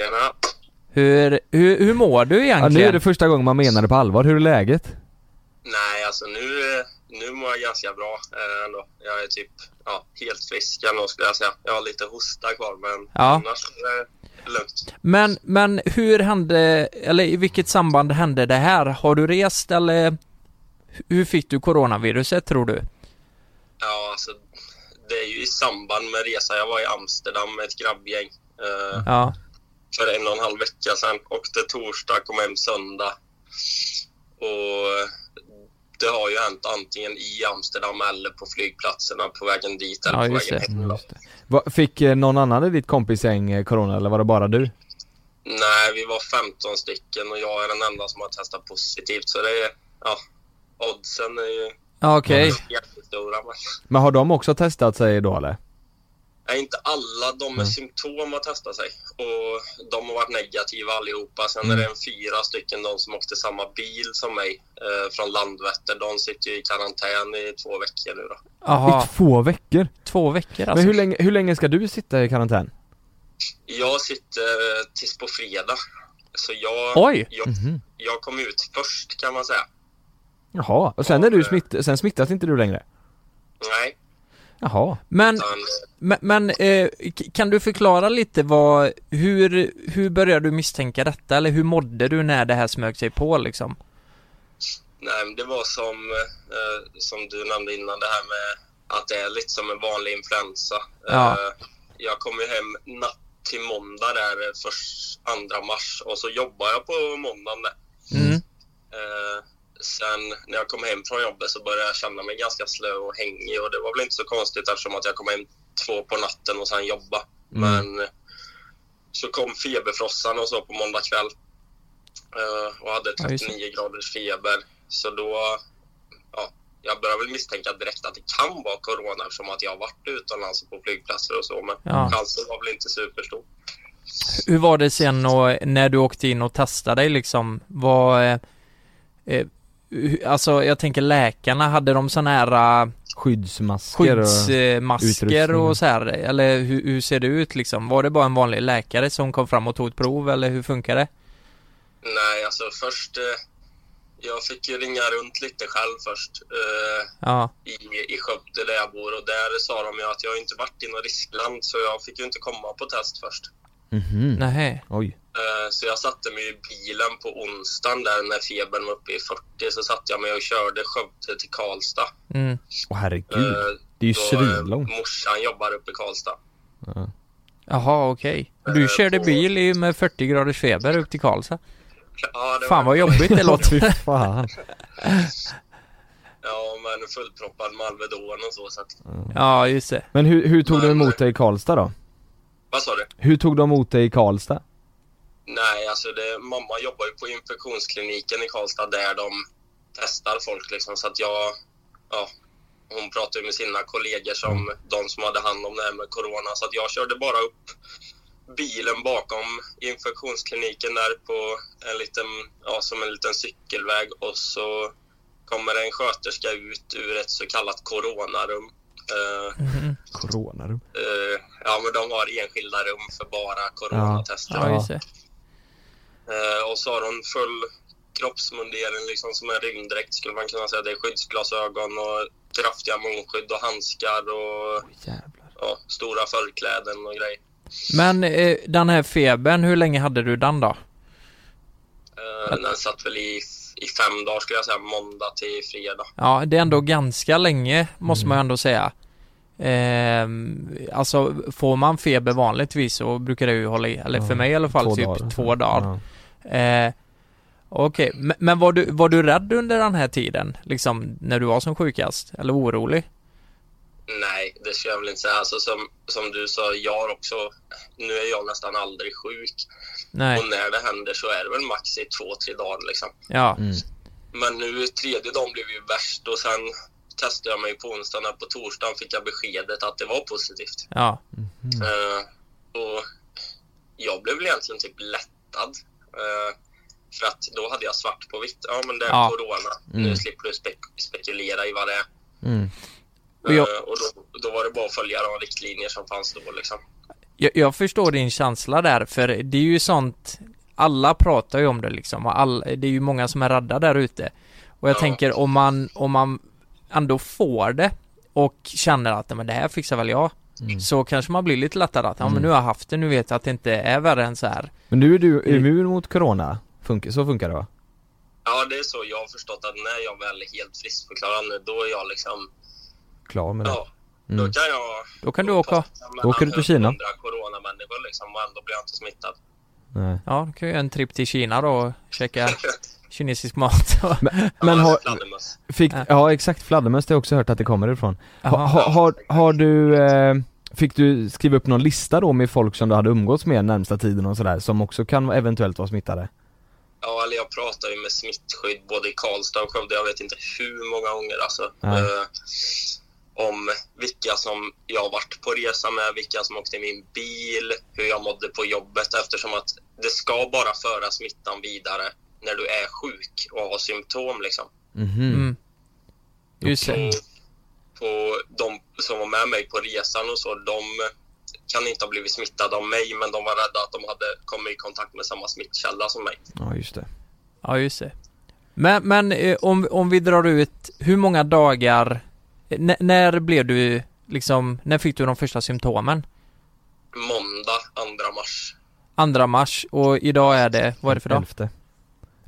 [SPEAKER 1] Tjena.
[SPEAKER 4] Hur, hur, hur mår du
[SPEAKER 3] Ja,
[SPEAKER 4] egentligen?
[SPEAKER 3] nu är det första gången man menar det på allvar. Hur är läget?
[SPEAKER 1] Nej, alltså nu, eh, nu mår jag ganska bra eh, ändå. Jag är typ ja, helt frisk ändå skulle jag säga. Jag har lite hosta kvar men
[SPEAKER 4] Ja.
[SPEAKER 1] annars eh, är det lugnt.
[SPEAKER 4] Men, men hur hände, eller i vilket samband hände det här? Har du rest eller hur fick du coronaviruset tror du?
[SPEAKER 1] Ja, alltså, det är ju i samband med resa. Jag var i Amsterdam med ett grabbgäng eh,
[SPEAKER 4] Ja,
[SPEAKER 1] för en och en halv vecka sedan. Åkte torsdag, kom hem söndag. Och det har ju hänt antingen i Amsterdam eller på flygplatserna på vägen dit eller
[SPEAKER 4] ja
[SPEAKER 1] på
[SPEAKER 4] just
[SPEAKER 1] vägen
[SPEAKER 4] det.
[SPEAKER 1] hem.
[SPEAKER 4] Just det.
[SPEAKER 3] Va, fick eh, någon annan i ditt kompisgäng eh, corona eller var det bara du?
[SPEAKER 1] Nej, vi var 15 stycken och jag är den enda som har testat positivt. Så det är, ja, oddsen är ju
[SPEAKER 4] Ja, Okej,
[SPEAKER 3] Mm.
[SPEAKER 1] jättestora. Men,
[SPEAKER 3] Men har de också testat sig då eller?
[SPEAKER 1] nej, inte alla de
[SPEAKER 4] Mm.
[SPEAKER 1] med symptom har testat sig. Och de har varit negativa allihopa. Sen
[SPEAKER 4] Mm.
[SPEAKER 1] är det en fyra stycken de som åkte samma bil som mig eh, från Landvetter. De sitter ju i karantän i två veckor nu då.
[SPEAKER 4] jaha,
[SPEAKER 3] I två veckor?
[SPEAKER 4] två veckor
[SPEAKER 3] Men
[SPEAKER 4] alltså.
[SPEAKER 3] hur länge, hur länge ska du sitta i karantän?
[SPEAKER 1] Jag sitter eh, tills på fredag. Så jag,
[SPEAKER 4] Oj! Mhm.
[SPEAKER 1] jag, jag kom ut först kan man säga.
[SPEAKER 3] Jaha, och sen är du smitt, sen smittas inte du längre?
[SPEAKER 1] Nej,
[SPEAKER 3] Jaha.
[SPEAKER 4] Men,
[SPEAKER 1] utan
[SPEAKER 4] men, men eh, k- kan du förklara lite vad, hur, hur började du misstänka detta? Eller hur mådde du när det här smög sig på liksom?
[SPEAKER 1] Nej, men det var som, eh, som du nämnde innan, det här med att det är lite som en vanlig influensa.
[SPEAKER 4] Ja.
[SPEAKER 1] Eh, jag kom ju hem natt till måndag där, eh, först, andra mars, och så jobbar jag på måndagen där.
[SPEAKER 4] Mm.
[SPEAKER 1] Eh, sen när jag kom hem från jobbet så började jag känna mig ganska slö och hängig och det var väl inte så konstigt eftersom att jag kom hem två på natten och sen jobba.
[SPEAKER 4] Mm.
[SPEAKER 1] Men eh, så kom feberfrossan och så på måndag kväll eh, och hade
[SPEAKER 4] Ja, just det.
[SPEAKER 1] 39 graders feber. Så då, ja, jag började väl misstänka direkt att det kan vara corona eftersom att jag har varit utomlands och på flygplatser och så men
[SPEAKER 4] Ja.
[SPEAKER 1] chansen var väl inte superstor.
[SPEAKER 4] Hur var det sen och när du åkte in och testade dig liksom? Var, eh, eh, hu- alltså jag tänker läkarna, hade de sådana här eh,
[SPEAKER 3] Skyddsmasker och...
[SPEAKER 4] skyddsmasker
[SPEAKER 3] utrustning.
[SPEAKER 4] och så här? Eller hur, hur ser det ut liksom? Var det bara en vanlig läkare som kom fram och tog ett prov eller hur funkar det?
[SPEAKER 1] Nej, alltså först, eh, jag fick ju ringa runt lite själv först. Eh,
[SPEAKER 4] Ja,
[SPEAKER 1] i, i Skövde där jag bor och där sa de ju att jag inte varit i något riskland så jag fick ju inte komma på test först.
[SPEAKER 3] Mhm.
[SPEAKER 4] nej.
[SPEAKER 3] Oj.
[SPEAKER 1] Eh, Så jag satte mig i bilen på onsdagen där när febern var uppe i 40 så satte jag mig och körde Skövde till Karlstad.
[SPEAKER 4] Mm.
[SPEAKER 3] Åh
[SPEAKER 1] Eh,
[SPEAKER 3] herregud. Det är ju
[SPEAKER 1] då, eh,
[SPEAKER 3] svinlångt.
[SPEAKER 1] Morsan jobbar uppe i Karlstad.
[SPEAKER 4] Jaha, okej. Du
[SPEAKER 1] Eh,
[SPEAKER 4] körde
[SPEAKER 1] på-
[SPEAKER 4] bil i- med 40 graders feber upp till Karlstad.
[SPEAKER 1] Ja, det
[SPEAKER 4] Fan
[SPEAKER 1] var,
[SPEAKER 4] vad jobbigt det
[SPEAKER 3] Ja,
[SPEAKER 4] låter.
[SPEAKER 3] fy fan.
[SPEAKER 1] ja men fullproppad med Alvedon och så. så att,
[SPEAKER 4] Ja, just det.
[SPEAKER 3] Men hur, hur tog de emot dig i Karlstad då?
[SPEAKER 1] vad sa du?
[SPEAKER 3] Hur tog de emot dig i Karlstad?
[SPEAKER 1] Nej, alltså det, mamma jobbar ju på infektionskliniken i Karlstad där de testar folk liksom. Så att jag, ja, hon pratade ju med sina kollegor som de som hade hand om det här med corona. Så att jag körde bara upp bilen bakom infektionskliniken där på en liten, ja, som en liten cykelväg och så kommer en sköterska ut ur ett så kallat coronarum. Eh,
[SPEAKER 3] Coronarum.
[SPEAKER 1] eh, ja, men de har enskilda rum för bara coronatester.
[SPEAKER 4] Ja, just det.
[SPEAKER 1] Eh, och så har hon full kroppsmundering, liksom som en rymddräkt skulle man kunna säga. Det är skyddsglasögon och kraftiga munskydd och handskar och
[SPEAKER 3] Jävlar.
[SPEAKER 1] ja, stora förkläden och grejer.
[SPEAKER 4] Men eh, den här febern, hur länge hade du den då?
[SPEAKER 1] Eh, den satt väl i, i fem dagar skulle jag säga, måndag till fredag.
[SPEAKER 4] Ja, det är ändå ganska länge måste man ju ändå säga. Ehm, alltså får man feber vanligtvis så brukar det ju hålla i, eller för mig i alla fall typ två dagar.
[SPEAKER 3] Ja.
[SPEAKER 4] Eh, Okej, men, men var, du, var du rädd under den här tiden? Liksom när du var som sjukast? Eller orolig?
[SPEAKER 1] Nej, det skulle jag väl inte säga. Alltså, som, som du sa, jag har också... Nu är jag nästan aldrig sjuk.
[SPEAKER 4] Nej,
[SPEAKER 1] Och när det händer så är det väl max i två, tre dagar liksom.
[SPEAKER 4] ja.
[SPEAKER 1] Men nu tredje dagen blev ju värst och sen testade jag mig på onsdagen. På torsdagen fick jag beskedet att det var positivt.
[SPEAKER 4] Ja, Mm.
[SPEAKER 1] Eh, och jag blev väl egentligen typ lättad. Eh, för att då hade jag svart på vitt. Ja, men det är
[SPEAKER 4] Ja. Mm.
[SPEAKER 1] corona. Nu slipper du spek- spekulera i vad det är.
[SPEAKER 4] Och jag-
[SPEAKER 1] Eh, och då, då var det bara att följa de riktlinjer som fanns då liksom.
[SPEAKER 4] Jag, jag förstår din känsla där, för det är ju sånt Alla pratar ju om det liksom, och all, det är ju många som är rädda där ute. Och jag
[SPEAKER 1] Ja.
[SPEAKER 4] tänker om man, om man ändå får det och känner att "Nej, men det här fixar väl jag.
[SPEAKER 3] Mm.
[SPEAKER 4] Så kanske man blir lite lättare att, ja men
[SPEAKER 3] Mm.
[SPEAKER 4] nu har jag haft det, nu vet jag att det inte är värre än så här.
[SPEAKER 3] Men nu är du immun mot corona? Funkar, så funkar det va?
[SPEAKER 1] Ja, det är så jag har förstått att när jag väl är helt friskförklarad nu, då är jag liksom...
[SPEAKER 3] Klar med det?
[SPEAKER 1] Ja,
[SPEAKER 3] Mm.
[SPEAKER 1] då kan jag...
[SPEAKER 4] Då kan du åka.
[SPEAKER 3] Då åker du till Kina.
[SPEAKER 1] Andra coronamänniskor liksom, och ändå blir jag inte smittad.
[SPEAKER 3] Nej.
[SPEAKER 4] Ja, då kan jag göra en tripp till Kina då och käka kinesisk mat. och-
[SPEAKER 3] Men har,
[SPEAKER 1] Fladdermöss.
[SPEAKER 3] fick,
[SPEAKER 4] Ja.
[SPEAKER 3] ja exakt, fladdermöss det har jag också hört att det kommer ifrån. Ha,
[SPEAKER 4] Jaha.
[SPEAKER 3] ha, har, har du, eh, fick du skriva upp någon lista då med folk som du hade umgåtts med närmsta tiden och sådär som också kan eventuellt vara smittade?
[SPEAKER 1] Ja, eller jag pratar ju med smittskydd både i Karlstad och Skövde. Jag vet inte hur många gånger alltså.
[SPEAKER 3] Nej.
[SPEAKER 1] Eh, om vilka som jag har varit på resa med, vilka som åkte i min bil, hur jag mådde på jobbet eftersom att det ska bara föra smittan vidare när du är sjuk och har symptom liksom.
[SPEAKER 3] Mhm.
[SPEAKER 4] Mm. Just det.
[SPEAKER 1] Och på de som var med mig på resan och så, de kan inte ha blivit smittade av mig men de var rädda att de hade kommit i kontakt med samma smittkälla som mig.
[SPEAKER 3] Ja just det.
[SPEAKER 4] Ja, just det. Men, men eh, om, om vi drar ut, hur många dagar, eh, n- när blev du liksom, när fick du de första symptomen?
[SPEAKER 1] Måndag 2 mars
[SPEAKER 4] Andra mars och idag är det, vad är det för dag?
[SPEAKER 3] Elfte.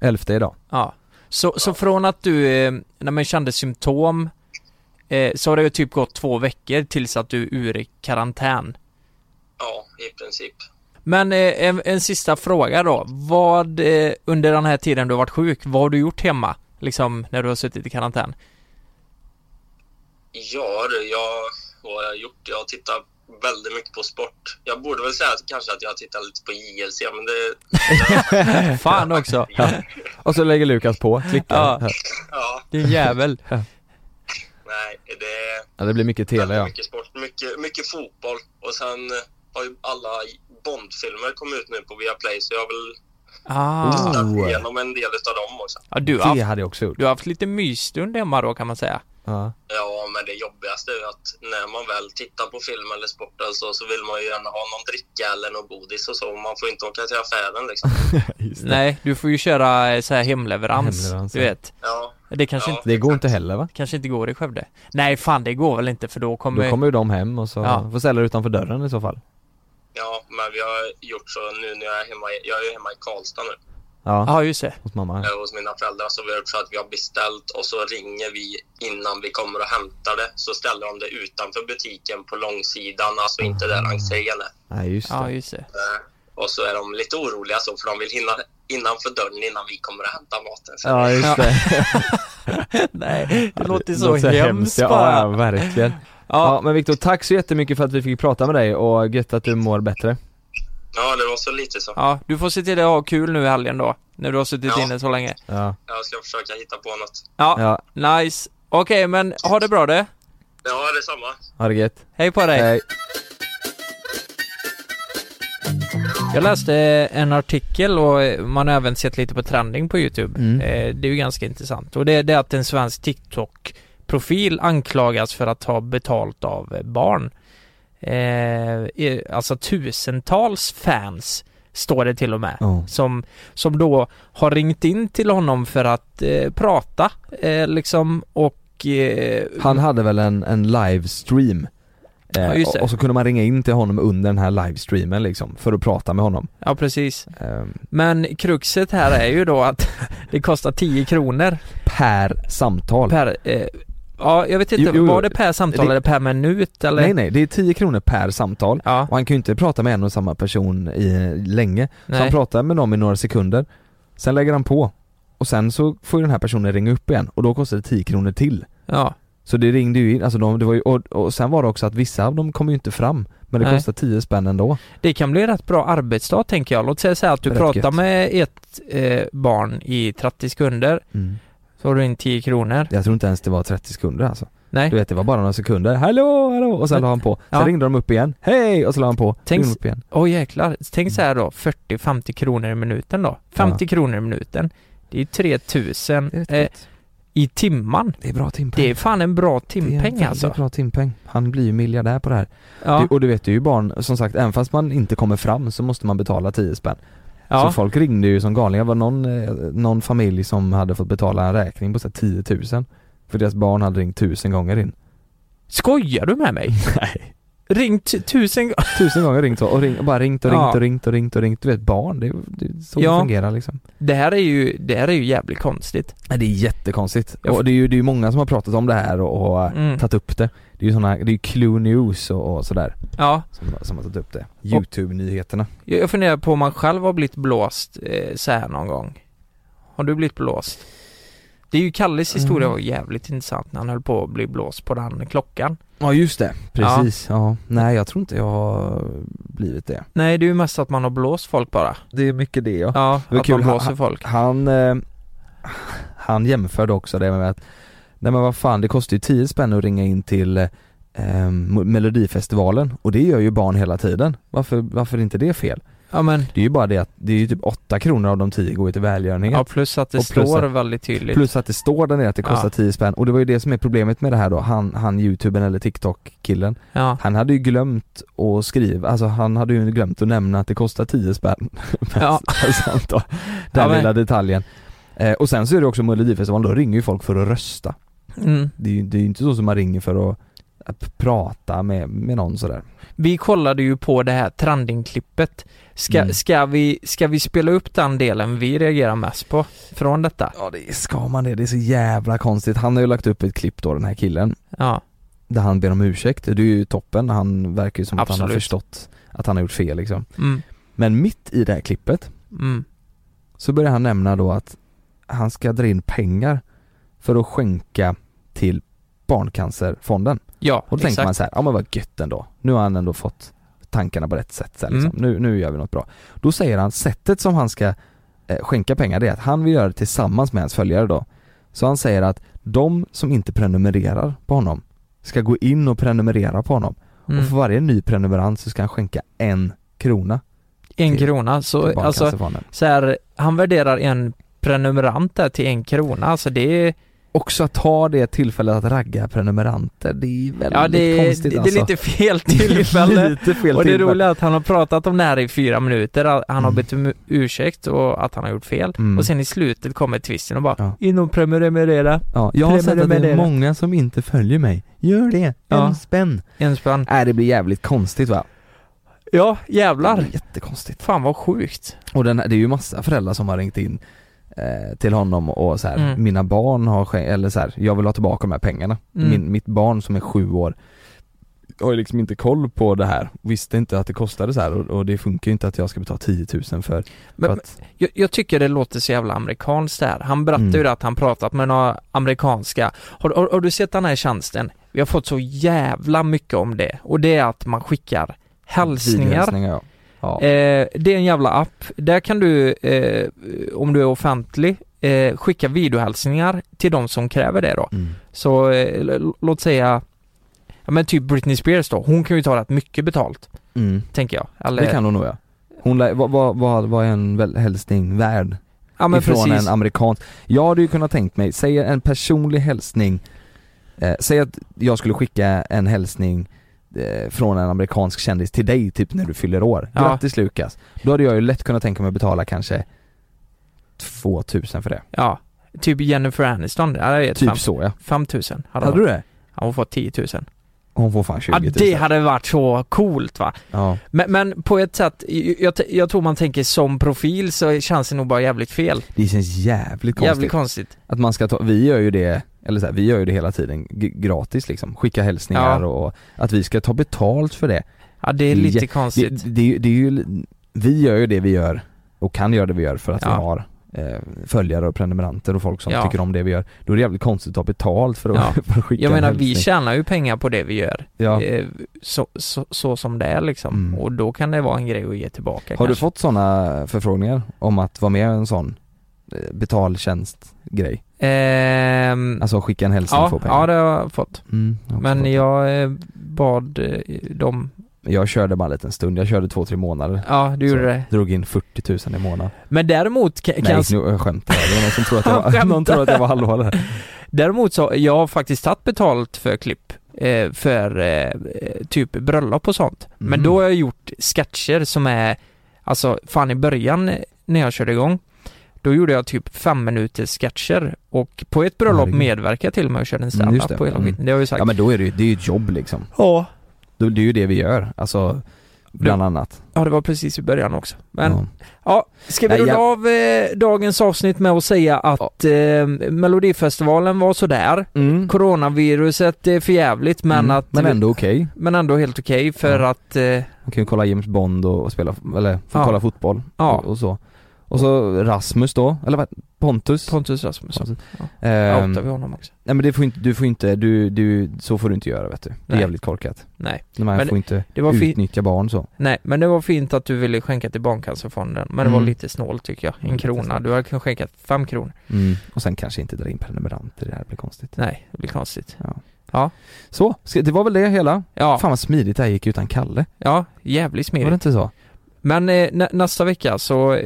[SPEAKER 3] Elfte idag.
[SPEAKER 4] Ja. Så, så från att du, eh, när man kände symptom, eh, så har det ju typ gått två veckor tills att du är ur karantän.
[SPEAKER 1] Ja, i princip.
[SPEAKER 4] Men eh, en, en sista fråga då. Vad, eh, under den här tiden du har varit sjuk, vad har du gjort hemma? Liksom när du har suttit i karantän?
[SPEAKER 1] Ja du, jag, vad har jag gjort? Jag har tittat väldigt mycket på sport. Jag borde väl säga att, kanske att jag har tittat lite på JLC, men det...
[SPEAKER 4] Fan också!
[SPEAKER 3] Och så lägger Lukas på, klickar.
[SPEAKER 4] Ja.
[SPEAKER 3] Här.
[SPEAKER 1] Ja,
[SPEAKER 4] Din jävel!
[SPEAKER 1] nej, det är
[SPEAKER 3] Ja, det blir mycket tele
[SPEAKER 1] väldigt
[SPEAKER 3] ja.
[SPEAKER 1] mycket sport. Mycket, mycket fotboll. Och sen eh, har ju alla Bondfilmer kommit ut nu på Viaplay, så jag har väl
[SPEAKER 4] Ah.
[SPEAKER 1] tittat
[SPEAKER 3] Oh.
[SPEAKER 1] igenom en del utav dem också.
[SPEAKER 4] Ja, du, har
[SPEAKER 3] Det
[SPEAKER 4] haft,
[SPEAKER 3] hade jag också gjort.
[SPEAKER 4] du har haft lite mysstund hemma då kan man säga.
[SPEAKER 3] Ja.
[SPEAKER 1] Ja, men det jobbigaste är ju att när man väl tittar på film eller sport eller så, så vill man ju gärna ha någon dricka eller något godis och så. Man får inte åka till affären liksom.
[SPEAKER 3] Just det.
[SPEAKER 4] Nej, du får ju köra eh, så här hemleverans,
[SPEAKER 3] Hemleverans,
[SPEAKER 4] du
[SPEAKER 3] ja.
[SPEAKER 4] vet.
[SPEAKER 1] Ja,
[SPEAKER 4] Det kanske,
[SPEAKER 1] Ja.
[SPEAKER 4] inte,
[SPEAKER 3] Det går inte heller va?
[SPEAKER 4] kanske inte går i Skövde. Nej, fan det går väl inte för då kommer...
[SPEAKER 3] Då kommer ju de hem och så
[SPEAKER 4] Ja.
[SPEAKER 3] får ställa det utanför dörren i så fall.
[SPEAKER 1] ja, men vi har gjort så nu när jag är hemma. i- Jag är ju hemma i Karlstad nu.
[SPEAKER 3] Ja,
[SPEAKER 4] Ja, just det.
[SPEAKER 3] hos mamma.
[SPEAKER 1] eh, hos mina föräldrar så vi har gjort så att vi har beställt och så ringer vi innan vi kommer och hämtar det. Så ställer de det utanför butiken på långsidan, alltså inte där entrén är.
[SPEAKER 3] Nej just
[SPEAKER 4] Ja,
[SPEAKER 3] det.
[SPEAKER 4] just det.
[SPEAKER 1] Eh, Och så är de lite oroliga så för de vill hinna innanför dörren innan vi kommer och hämtar maten. Så
[SPEAKER 3] Ja just det.
[SPEAKER 4] Nej, det låter så
[SPEAKER 3] låter
[SPEAKER 4] hemskt bara.
[SPEAKER 3] ja, ja, verkligen. Ja. men Viktor, tack så jättemycket för att vi fick prata med dig och gött att du mår bättre.
[SPEAKER 1] ja, det var så lite så.
[SPEAKER 4] Ja, du får se till att ha kul nu i helgen då. När du har suttit
[SPEAKER 1] Ja.
[SPEAKER 4] inne så länge.
[SPEAKER 3] Ja,
[SPEAKER 1] Jag ska försöka hitta på något.
[SPEAKER 4] Ja,
[SPEAKER 3] ja,
[SPEAKER 4] nice. Okej, men ha det bra du.
[SPEAKER 1] Ja, detsamma.
[SPEAKER 3] ha det gött.
[SPEAKER 4] Hej på dig.
[SPEAKER 3] Hej.
[SPEAKER 4] Jag läste en artikel och eh, man har även sett lite på trending på Youtube.
[SPEAKER 3] Mm.
[SPEAKER 4] Eh, Det är ju ganska intressant. Och det det är att en svensk TikTok-profil anklagas för att ha betalt av eh, barn. Eh, i- Alltså tusentals fans står det till och med.
[SPEAKER 3] Oh.
[SPEAKER 4] som, som då har ringt in till honom för att eh, prata eh, liksom och eh,
[SPEAKER 3] Han hade väl en, en livestream? Eh,
[SPEAKER 4] Ja, just det.
[SPEAKER 3] och- Och så kunde man ringa in till honom under den här livestreamen liksom, för att prata med honom.
[SPEAKER 4] ja precis.
[SPEAKER 3] Ehm,
[SPEAKER 4] Men kruxet här är ju då att det kostar 10 kronor
[SPEAKER 3] per samtal.
[SPEAKER 4] per eh, Ja, jag vet inte,
[SPEAKER 3] Jo, jo,
[SPEAKER 4] var det per samtal
[SPEAKER 3] det-
[SPEAKER 4] eller per minut eller?
[SPEAKER 3] nej nej, det är 10 kronor per samtal.
[SPEAKER 4] Ja,
[SPEAKER 3] Och han kan ju inte prata med en och samma person i länge. Så han
[SPEAKER 4] nej.
[SPEAKER 3] pratar med dem i några sekunder, sen lägger han på. Och sen så får ju den här personen ringa upp igen och då kostar det 10 kronor till.
[SPEAKER 4] Ja,
[SPEAKER 3] Så det ringde ju in, alltså de, det var ju, och, och sen var det också att vissa av dem kom ju inte fram Men det
[SPEAKER 4] Nej.
[SPEAKER 3] kostade 10 spänn ändå
[SPEAKER 4] det kan bli rätt bra arbetsdag tänker jag. Låt säga så här att du
[SPEAKER 3] Rätt
[SPEAKER 4] pratar
[SPEAKER 3] gött.
[SPEAKER 4] med ett eh, barn i 30 sekunder, så har du in 10 kronor.
[SPEAKER 3] Mm. Jag tror inte ens det var 30 sekunder alltså
[SPEAKER 4] Nej.
[SPEAKER 3] Du vet det var bara några sekunder, hallå, hallå, och sen la han på Sen
[SPEAKER 4] Ja.
[SPEAKER 3] ringde de upp igen, hej! Och så la han på,
[SPEAKER 4] Tänk-
[SPEAKER 3] ringde de upp igen
[SPEAKER 4] Åh jäklar, tänk så här då, 40-50 kronor i minuten då. 50 kronor i minuten, det är 3000
[SPEAKER 3] Det är, rätt
[SPEAKER 4] eh,
[SPEAKER 3] gott.
[SPEAKER 4] i timman.
[SPEAKER 3] det är bra timpeng
[SPEAKER 4] Det är fan en bra timpeng
[SPEAKER 3] det är en
[SPEAKER 4] alltså.
[SPEAKER 3] väldigt bra timpeng. Han blir ju miljardär på det här.
[SPEAKER 4] Ja,
[SPEAKER 3] Du, och du vet, det är ju barn, som sagt, även fast man inte kommer fram så måste man betala 10 spänn. Så
[SPEAKER 4] ja.
[SPEAKER 3] folk ringde ju som galningar, det var någon, eh, någon familj som hade fått betala en räkning på så här 10 000 För deras barn hade ringt tusen gånger in.
[SPEAKER 4] Skojar du med mig?
[SPEAKER 3] Nej.
[SPEAKER 4] Ringt tusen gånger?
[SPEAKER 3] Tusen gånger ringt och, och, ring, och bara ringt och ringt,
[SPEAKER 4] Ja.
[SPEAKER 3] och ringt och ringt och ringt. Du vet barn, det är det är så
[SPEAKER 4] Ja.
[SPEAKER 3] det fungerar liksom.
[SPEAKER 4] Det här är ju, det här är ju jävligt konstigt.
[SPEAKER 3] Nej, det är jättekonstigt. Och det är ju det är ju många som har pratat om det här och, och
[SPEAKER 4] Mm.
[SPEAKER 3] tagit upp det. Det är ju såna, det är ju Clue News och, och sådär
[SPEAKER 4] Ja,
[SPEAKER 3] som, som har tagit upp det. Youtube-nyheterna.
[SPEAKER 4] jag jag funderar på om man själv har blivit blåst eh, så här någon gång. Har du blivit blåst? Det är ju Kalles
[SPEAKER 3] Mm.
[SPEAKER 4] historia var jävligt intressant när han höll på att bli blåst på den klockan.
[SPEAKER 3] Ja just det, precis. Ja. Nej jag tror inte jag har blivit det.
[SPEAKER 4] Nej, det är ju mest att man har blåst folk bara.
[SPEAKER 3] Det är mycket det ja.
[SPEAKER 4] Ja,
[SPEAKER 3] Det var
[SPEAKER 4] att
[SPEAKER 3] kul.
[SPEAKER 4] man blåser folk.
[SPEAKER 3] Han, eh, han jämförde också det med att, nej men vad fan det kostar ju 10 spänn att ringa in till eh, Mo- Melodifestivalen och det gör ju barn hela tiden. Varför, varför är inte det fel?
[SPEAKER 4] Ja men,
[SPEAKER 3] Det är ju bara det att det är ju typ 8 kronor av de 10 går ju till välgörenhet.
[SPEAKER 4] ja plus att det
[SPEAKER 3] Och plus
[SPEAKER 4] står
[SPEAKER 3] att-
[SPEAKER 4] väldigt tydligt.
[SPEAKER 3] Plus att det står där nere att det kostar
[SPEAKER 4] Ja.
[SPEAKER 3] 10 spänn och det var ju det som är problemet med det här då, han, han youtubern eller tiktok-killen
[SPEAKER 4] ja.
[SPEAKER 3] Han hade ju glömt att skriva, alltså han hade ju glömt att nämna att det kostar 10 spänn per,
[SPEAKER 4] Ja.
[SPEAKER 3] per samtal. Den
[SPEAKER 4] Ja, men-
[SPEAKER 3] lilla detaljen. Eh, och sen så är det också Melodifestivalen, då ringer ju folk för att rösta.
[SPEAKER 4] Mm.
[SPEAKER 3] Det är ju det är ju inte så som man ringer för att, att p- prata med, med någon sådär.
[SPEAKER 4] Vi kollade ju på det här trending-klippet. Ska,
[SPEAKER 3] Mm.
[SPEAKER 4] ska, vi, ska vi spela upp den delen vi reagerar mest på från detta?
[SPEAKER 3] Ja det är, ska man det? Det är så jävla konstigt. Han har ju lagt upp ett klipp då den här killen,
[SPEAKER 4] Ja,
[SPEAKER 3] där han ber om ursäkt. Det är ju toppen, han verkar ju som att han har
[SPEAKER 4] Absolut.
[SPEAKER 3] förstått att han har gjort fel liksom.
[SPEAKER 4] mm,
[SPEAKER 3] Men mitt i det här klippet
[SPEAKER 4] mm.
[SPEAKER 3] Så börjar han nämna då att han ska dra in pengar för att skänka till Barncancerfonden.
[SPEAKER 4] ja
[SPEAKER 3] Och då tänker man så här, ja men vad gött ändå. Nu har han ändå fått tankarna på rätt sätt. Så här, liksom.
[SPEAKER 4] Mm.
[SPEAKER 3] nu, nu gör vi något bra. Då säger han, sättet som han ska eh, skänka pengar det är att han vill göra det tillsammans med hans följare då. Så han säger att de som inte prenumererar på honom ska gå in och prenumerera på honom.
[SPEAKER 4] Mm.
[SPEAKER 3] Och för varje ny prenumerant så ska han skänka en krona
[SPEAKER 4] En
[SPEAKER 3] till-
[SPEAKER 4] krona,
[SPEAKER 3] till
[SPEAKER 4] så alltså
[SPEAKER 3] Barncancerfonden.
[SPEAKER 4] så här, han värderar en prenumerant där till en krona, alltså det är,
[SPEAKER 3] Också att ha det tillfället att ragga prenumeranter, det är väldigt
[SPEAKER 4] ja det är,
[SPEAKER 3] konstigt
[SPEAKER 4] det,
[SPEAKER 3] alltså.
[SPEAKER 4] det är lite fel tillfälle.
[SPEAKER 3] lite fel
[SPEAKER 4] Och det
[SPEAKER 3] tillfälle.
[SPEAKER 4] roliga är att han har pratat om det här i fyra minuter, att han har
[SPEAKER 3] Mm.
[SPEAKER 4] bett om ursäkt och att han har gjort fel.
[SPEAKER 3] Mm.
[SPEAKER 4] Och sen i slutet kommer twisten och bara
[SPEAKER 3] Ja.
[SPEAKER 4] In och prenumerera,
[SPEAKER 3] Ja, jag har sett att det är
[SPEAKER 4] Prenumerera.
[SPEAKER 3] många som inte följer mig. Gör det, en
[SPEAKER 4] Ja.
[SPEAKER 3] spänn.
[SPEAKER 4] en spänn.
[SPEAKER 3] Nej det blir jävligt konstigt va?
[SPEAKER 4] Ja,
[SPEAKER 3] Det
[SPEAKER 4] jävlar.
[SPEAKER 3] blir jättekonstigt.
[SPEAKER 4] Fan vad sjukt.
[SPEAKER 3] Och den, det är ju massa föräldrar som har ringt in eh, till honom och så här,
[SPEAKER 4] Mm.
[SPEAKER 3] mina barn har skän- eller så här, jag vill ha tillbaka de här pengarna.
[SPEAKER 4] Mm.
[SPEAKER 3] Min, mitt barn som är sju år har ju liksom inte koll på det här, visste inte att det kostade så här och, och det funkar ju inte att jag ska betala 10 000 för,
[SPEAKER 4] Men-
[SPEAKER 3] för att
[SPEAKER 4] Jag, jag tycker det låter så jävla amerikanskt där. Han berättar
[SPEAKER 3] Mm.
[SPEAKER 4] ju det att han pratat med några amerikanska. Har, har, har du sett den här tjänsten? Vi har fått så jävla mycket om det. Och det är att man skickar hälsningar.
[SPEAKER 3] Videohälsningar, ja. Ja.
[SPEAKER 4] Eh, det är en jävla app. Där kan du, eh, om du är offentlig, eh, skicka videohälsningar till de som kräver det då.
[SPEAKER 3] Mm.
[SPEAKER 4] Så eh, l- l- låt säga, ja men typ Britney Spears då. Hon kan ju ta rätt mycket betalt,
[SPEAKER 3] Mm.
[SPEAKER 4] tänker jag. Eller,
[SPEAKER 3] Det kan hon nog ja. Hon lär, vad, vad, vad, vad är en väl, hälsning värd?
[SPEAKER 4] ja, men
[SPEAKER 3] ifrån
[SPEAKER 4] precis.
[SPEAKER 3] en amerikansk. Jag hade ju kunnat tänkt mig, säg en personlig hälsning, eh, säg att jag skulle skicka en hälsning eh, från en amerikansk kändis till dig typ när du fyller år.
[SPEAKER 4] Ja.
[SPEAKER 3] Grattis Lukas. Då hade jag ju lätt kunnat tänka mig att betala kanske 2000 för det.
[SPEAKER 4] Ja, typ Jennifer Aniston, ja, jag vet,
[SPEAKER 3] Typ
[SPEAKER 4] fem,
[SPEAKER 3] så ja.
[SPEAKER 4] 5 000 hade,
[SPEAKER 3] Hade
[SPEAKER 4] hon.
[SPEAKER 3] du det?
[SPEAKER 4] Ja, hon får 10 000.
[SPEAKER 3] Hon får fan 20
[SPEAKER 4] Ja,
[SPEAKER 3] 000.
[SPEAKER 4] det hade varit så coolt va.
[SPEAKER 3] Ja.
[SPEAKER 4] Men, men på ett sätt, jag, jag, jag tror man tänker som profil så känns det nog bara jävligt fel.
[SPEAKER 3] Det känns jävligt konstigt.
[SPEAKER 4] Jävligt konstigt.
[SPEAKER 3] Att man ska ta, vi gör ju det, eller så här, vi gör ju det hela tiden g- gratis liksom, skicka hälsningar
[SPEAKER 4] Ja.
[SPEAKER 3] och att vi ska ta betalt för det.
[SPEAKER 4] Ja, det är
[SPEAKER 3] Det är
[SPEAKER 4] lite
[SPEAKER 3] jä- Det,
[SPEAKER 4] konstigt.
[SPEAKER 3] det, är ju- det är ju, vi gör ju det vi gör och kan göra det vi gör för att vi
[SPEAKER 4] Ja.
[SPEAKER 3] har eh, följare och prenumeranter och folk som
[SPEAKER 4] Ja.
[SPEAKER 3] tycker om det vi gör. Då är det jävligt konstigt att ta betalt för att,
[SPEAKER 4] Ja.
[SPEAKER 3] för att skicka
[SPEAKER 4] jag
[SPEAKER 3] en
[SPEAKER 4] menar, vi
[SPEAKER 3] hälsning.
[SPEAKER 4] tjänar ju pengar på det vi gör.
[SPEAKER 3] ja.
[SPEAKER 4] Eh, Så, så, så som det är liksom.
[SPEAKER 3] Mm.
[SPEAKER 4] Och då kan det vara en grej att ge tillbaka
[SPEAKER 3] Har du
[SPEAKER 4] kanske.
[SPEAKER 3] fått sådana förfrågningar om att vara med i en sån eh, betaltjänstgrej?
[SPEAKER 4] Ehm,
[SPEAKER 3] Alltså skicka en hälsning och
[SPEAKER 4] ja,
[SPEAKER 3] få pengar?
[SPEAKER 4] ja, det har jag fått.
[SPEAKER 3] Mm, jag har också
[SPEAKER 4] Men
[SPEAKER 3] fått det.
[SPEAKER 4] jag eh, bad eh, dem,
[SPEAKER 3] jag körde bara en liten stund, jag körde två, tre månader.
[SPEAKER 4] ja du gjorde
[SPEAKER 3] Så.
[SPEAKER 4] det.
[SPEAKER 3] Drog in 40 000 i månaden.
[SPEAKER 4] Men däremot kan, kan
[SPEAKER 3] Nej, liksom-
[SPEAKER 4] jag
[SPEAKER 3] nu jag skämtar jag. Det var någon som trodde att
[SPEAKER 4] Han
[SPEAKER 3] jag var,
[SPEAKER 4] skämtar.
[SPEAKER 3] någon trodde att jag var allvarlig.
[SPEAKER 4] Däremot så, jag har faktiskt tagit betalt för klipp eh, för eh, eh, typ bröllop och sånt. Men
[SPEAKER 3] Mm.
[SPEAKER 4] då har jag gjort sketcher som är, alltså fan i början eh, när jag körde igång, Då gjorde jag typ fem minuters sketcher och på ett bröllop
[SPEAKER 3] Herregud.
[SPEAKER 4] medverkade jag till och med och körde en
[SPEAKER 3] Mm, just
[SPEAKER 4] standup
[SPEAKER 3] det.
[SPEAKER 4] på hela
[SPEAKER 3] Mm.
[SPEAKER 4] skiten. Det har jag ju sagt.
[SPEAKER 3] Ja men då är det ju, det är ju ett jobb liksom.
[SPEAKER 4] ja.
[SPEAKER 3] Det är ju det vi gör, alltså bland annat.
[SPEAKER 4] ja, det var precis i början också. Men
[SPEAKER 3] Ja.
[SPEAKER 4] Ja, ska vi
[SPEAKER 3] Nej,
[SPEAKER 4] runda
[SPEAKER 3] jag-
[SPEAKER 4] av eh, dagens avsnitt med att säga att eh, Melodifestivalen var sådär.
[SPEAKER 3] Mm.
[SPEAKER 4] Coronaviruset är förjävligt men
[SPEAKER 3] Mm.
[SPEAKER 4] att...
[SPEAKER 3] men ändå okej.
[SPEAKER 4] men ändå helt okej för
[SPEAKER 3] Ja.
[SPEAKER 4] att... Eh,
[SPEAKER 3] Man kan ju kolla James Bond och och spela, eller f-
[SPEAKER 4] Ja.
[SPEAKER 3] kolla fotboll
[SPEAKER 4] Ja.
[SPEAKER 3] och, och så. Och så Rasmus då, eller vad, Pontus.
[SPEAKER 4] Pontus Rasmusson.
[SPEAKER 3] Ehm,
[SPEAKER 4] Outar vi honom också?
[SPEAKER 3] nej men det får inte, du får inte, du, du, så får du inte göra vet du. Det är
[SPEAKER 4] Nej.
[SPEAKER 3] jävligt korkat.
[SPEAKER 4] Nej.
[SPEAKER 3] Man
[SPEAKER 4] Men
[SPEAKER 3] får inte
[SPEAKER 4] det var fi-
[SPEAKER 3] utnyttja barn så.
[SPEAKER 4] Nej, men det var fint att du ville skänka till Barncancerfonden. Men det var
[SPEAKER 3] Mm.
[SPEAKER 4] lite snålt tycker jag. En
[SPEAKER 3] Lite
[SPEAKER 4] krona.
[SPEAKER 3] snålt.
[SPEAKER 4] Du hade kunnat skänka fem kronor.
[SPEAKER 3] Mm. Och sen kanske inte dra in prenumeranter, det här blir konstigt.
[SPEAKER 4] Nej, det blir konstigt.
[SPEAKER 3] Så, ska- det var väl det hela.
[SPEAKER 4] Ja,
[SPEAKER 3] Fan vad smidigt det här gick utan Kalle.
[SPEAKER 4] ja jävligt
[SPEAKER 3] Var det
[SPEAKER 4] smidigt.
[SPEAKER 3] inte så?
[SPEAKER 4] Men eh, nä- nästa vecka så, eh,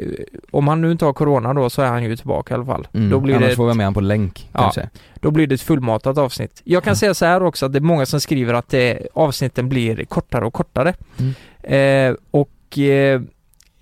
[SPEAKER 4] om han nu inte har corona då så är han ju tillbaka i alla fall.
[SPEAKER 3] Mm.
[SPEAKER 4] Då blir
[SPEAKER 3] Annars
[SPEAKER 4] det
[SPEAKER 3] får vi ha med honom på länk
[SPEAKER 4] Ja.
[SPEAKER 3] kanske.
[SPEAKER 4] Då blir det ett fullmatat avsnitt. Jag kan
[SPEAKER 3] Ja.
[SPEAKER 4] säga så här också att det är många som skriver att eh, avsnitten blir kortare och kortare.
[SPEAKER 3] Mm.
[SPEAKER 4] Eh, och... Eh, eh,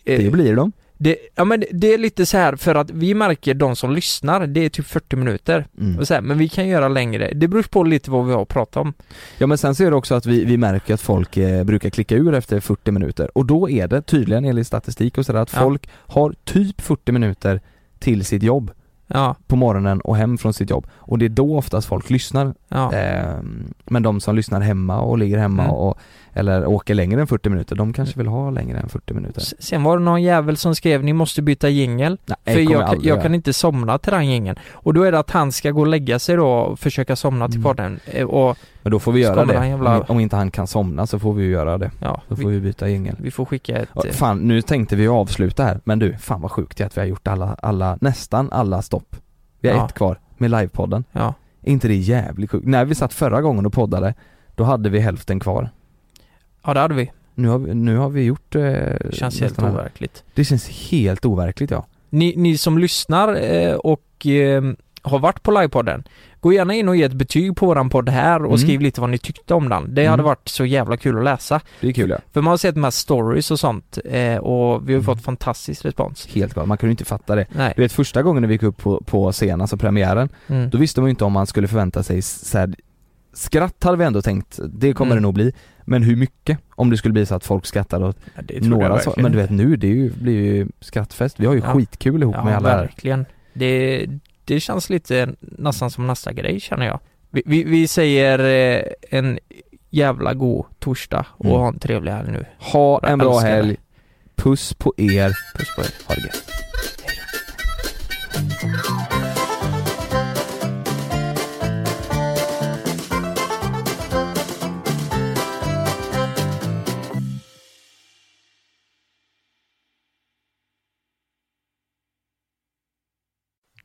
[SPEAKER 3] Det blir de.
[SPEAKER 4] det, ja men det är lite så här för att vi märker de som lyssnar, det är typ 40 minuter.
[SPEAKER 3] Mm.
[SPEAKER 4] Och så här, men vi kan göra längre. Det beror på lite vad vi har att prata om.
[SPEAKER 3] Ja men sen så är det också att vi, vi märker att folk eh, brukar klicka ur efter 40 minuter och då är det tydligen enligt statistik och sådär att
[SPEAKER 4] Ja.
[SPEAKER 3] folk har typ 40 minuter till sitt jobb
[SPEAKER 4] Ja,
[SPEAKER 3] på morgonen och hem från sitt jobb och det är då oftast folk lyssnar.
[SPEAKER 4] ja,
[SPEAKER 3] Ehm, men de som lyssnar hemma och ligger hemma
[SPEAKER 4] Mm.
[SPEAKER 3] och eller åker längre än 40 minuter, de kanske vill ha längre än 40 minuter.
[SPEAKER 4] S- Sen var det någon jävel som skrev ni måste byta jingel
[SPEAKER 3] Nej, det
[SPEAKER 4] för
[SPEAKER 3] kommer
[SPEAKER 4] jag, kan-
[SPEAKER 3] aldrig
[SPEAKER 4] jag
[SPEAKER 3] göra.
[SPEAKER 4] kan inte somna till den jingeln. Och då är det att han ska gå och lägga sig då och försöka somna till
[SPEAKER 3] Mm.
[SPEAKER 4] podden. Eh, Och
[SPEAKER 3] Men då får vi
[SPEAKER 4] Så
[SPEAKER 3] göra
[SPEAKER 4] kommer
[SPEAKER 3] det.
[SPEAKER 4] den jävla-
[SPEAKER 3] Om, om inte han kan somna så får vi ju göra det.
[SPEAKER 4] ja,
[SPEAKER 3] Då får
[SPEAKER 4] vi,
[SPEAKER 3] vi byta jingel.
[SPEAKER 4] vi får skicka ett...
[SPEAKER 3] Ja,
[SPEAKER 4] eh,
[SPEAKER 3] Fan, nu tänkte vi avsluta här, men du, fan vad sjukt det är att vi har gjort alla, alla, nästan alla stopp. Vi har
[SPEAKER 4] Ja.
[SPEAKER 3] ett kvar med livepodden.
[SPEAKER 4] Ja.
[SPEAKER 3] Är inte det jävligt sjukt? När vi satt förra gången och poddade, då hade vi hälften kvar.
[SPEAKER 4] Ja, det hade vi.
[SPEAKER 3] Nu har vi, nu har vi gjort... Eh,
[SPEAKER 4] Det känns helt
[SPEAKER 3] nästan alla.
[SPEAKER 4] overkligt.
[SPEAKER 3] Det känns helt overkligt ja.
[SPEAKER 4] Ni, ni som lyssnar eh, och eh, har varit på livepodden, gå gärna in och ge ett betyg på våran podd här och
[SPEAKER 3] Mm.
[SPEAKER 4] skriv lite vad ni tyckte om den. Det hade
[SPEAKER 3] Mm.
[SPEAKER 4] varit så jävla kul att läsa.
[SPEAKER 3] Det är kul ja.
[SPEAKER 4] För man har sett mest stories och sånt eh, och vi har ju fått
[SPEAKER 3] Mm.
[SPEAKER 4] fantastisk respons.
[SPEAKER 3] Helt galet, man kunde ju inte fatta det.
[SPEAKER 4] Nej.
[SPEAKER 3] Du vet första gången när vi gick upp på, på scenen, alltså premiären,
[SPEAKER 4] Mm.
[SPEAKER 3] då visste man ju inte om man skulle förvänta sig så här, Skratt hade vi ändå tänkt, det kommer
[SPEAKER 4] Mm.
[SPEAKER 3] det nog bli. Men hur mycket? Om det skulle bli så att folk skrattade åt
[SPEAKER 4] Ja, det trodde jag
[SPEAKER 3] Några så,
[SPEAKER 4] verkligen
[SPEAKER 3] men du vet
[SPEAKER 4] inte.
[SPEAKER 3] nu, det är ju, blir ju skrattfest. Vi har ju
[SPEAKER 4] Ja.
[SPEAKER 3] skitkul ihop
[SPEAKER 4] ja,
[SPEAKER 3] med alla här.
[SPEAKER 4] verkligen. Det, det känns lite nästan som nästa grej känner jag. Vi, vi, vi säger eh, en jävla god torsdag och
[SPEAKER 3] Mm.
[SPEAKER 4] ha en trevlig helg nu.
[SPEAKER 3] Ha en bra
[SPEAKER 4] älskar det.
[SPEAKER 3] helg. Puss på er.
[SPEAKER 4] Puss på er.
[SPEAKER 3] Ha det gött.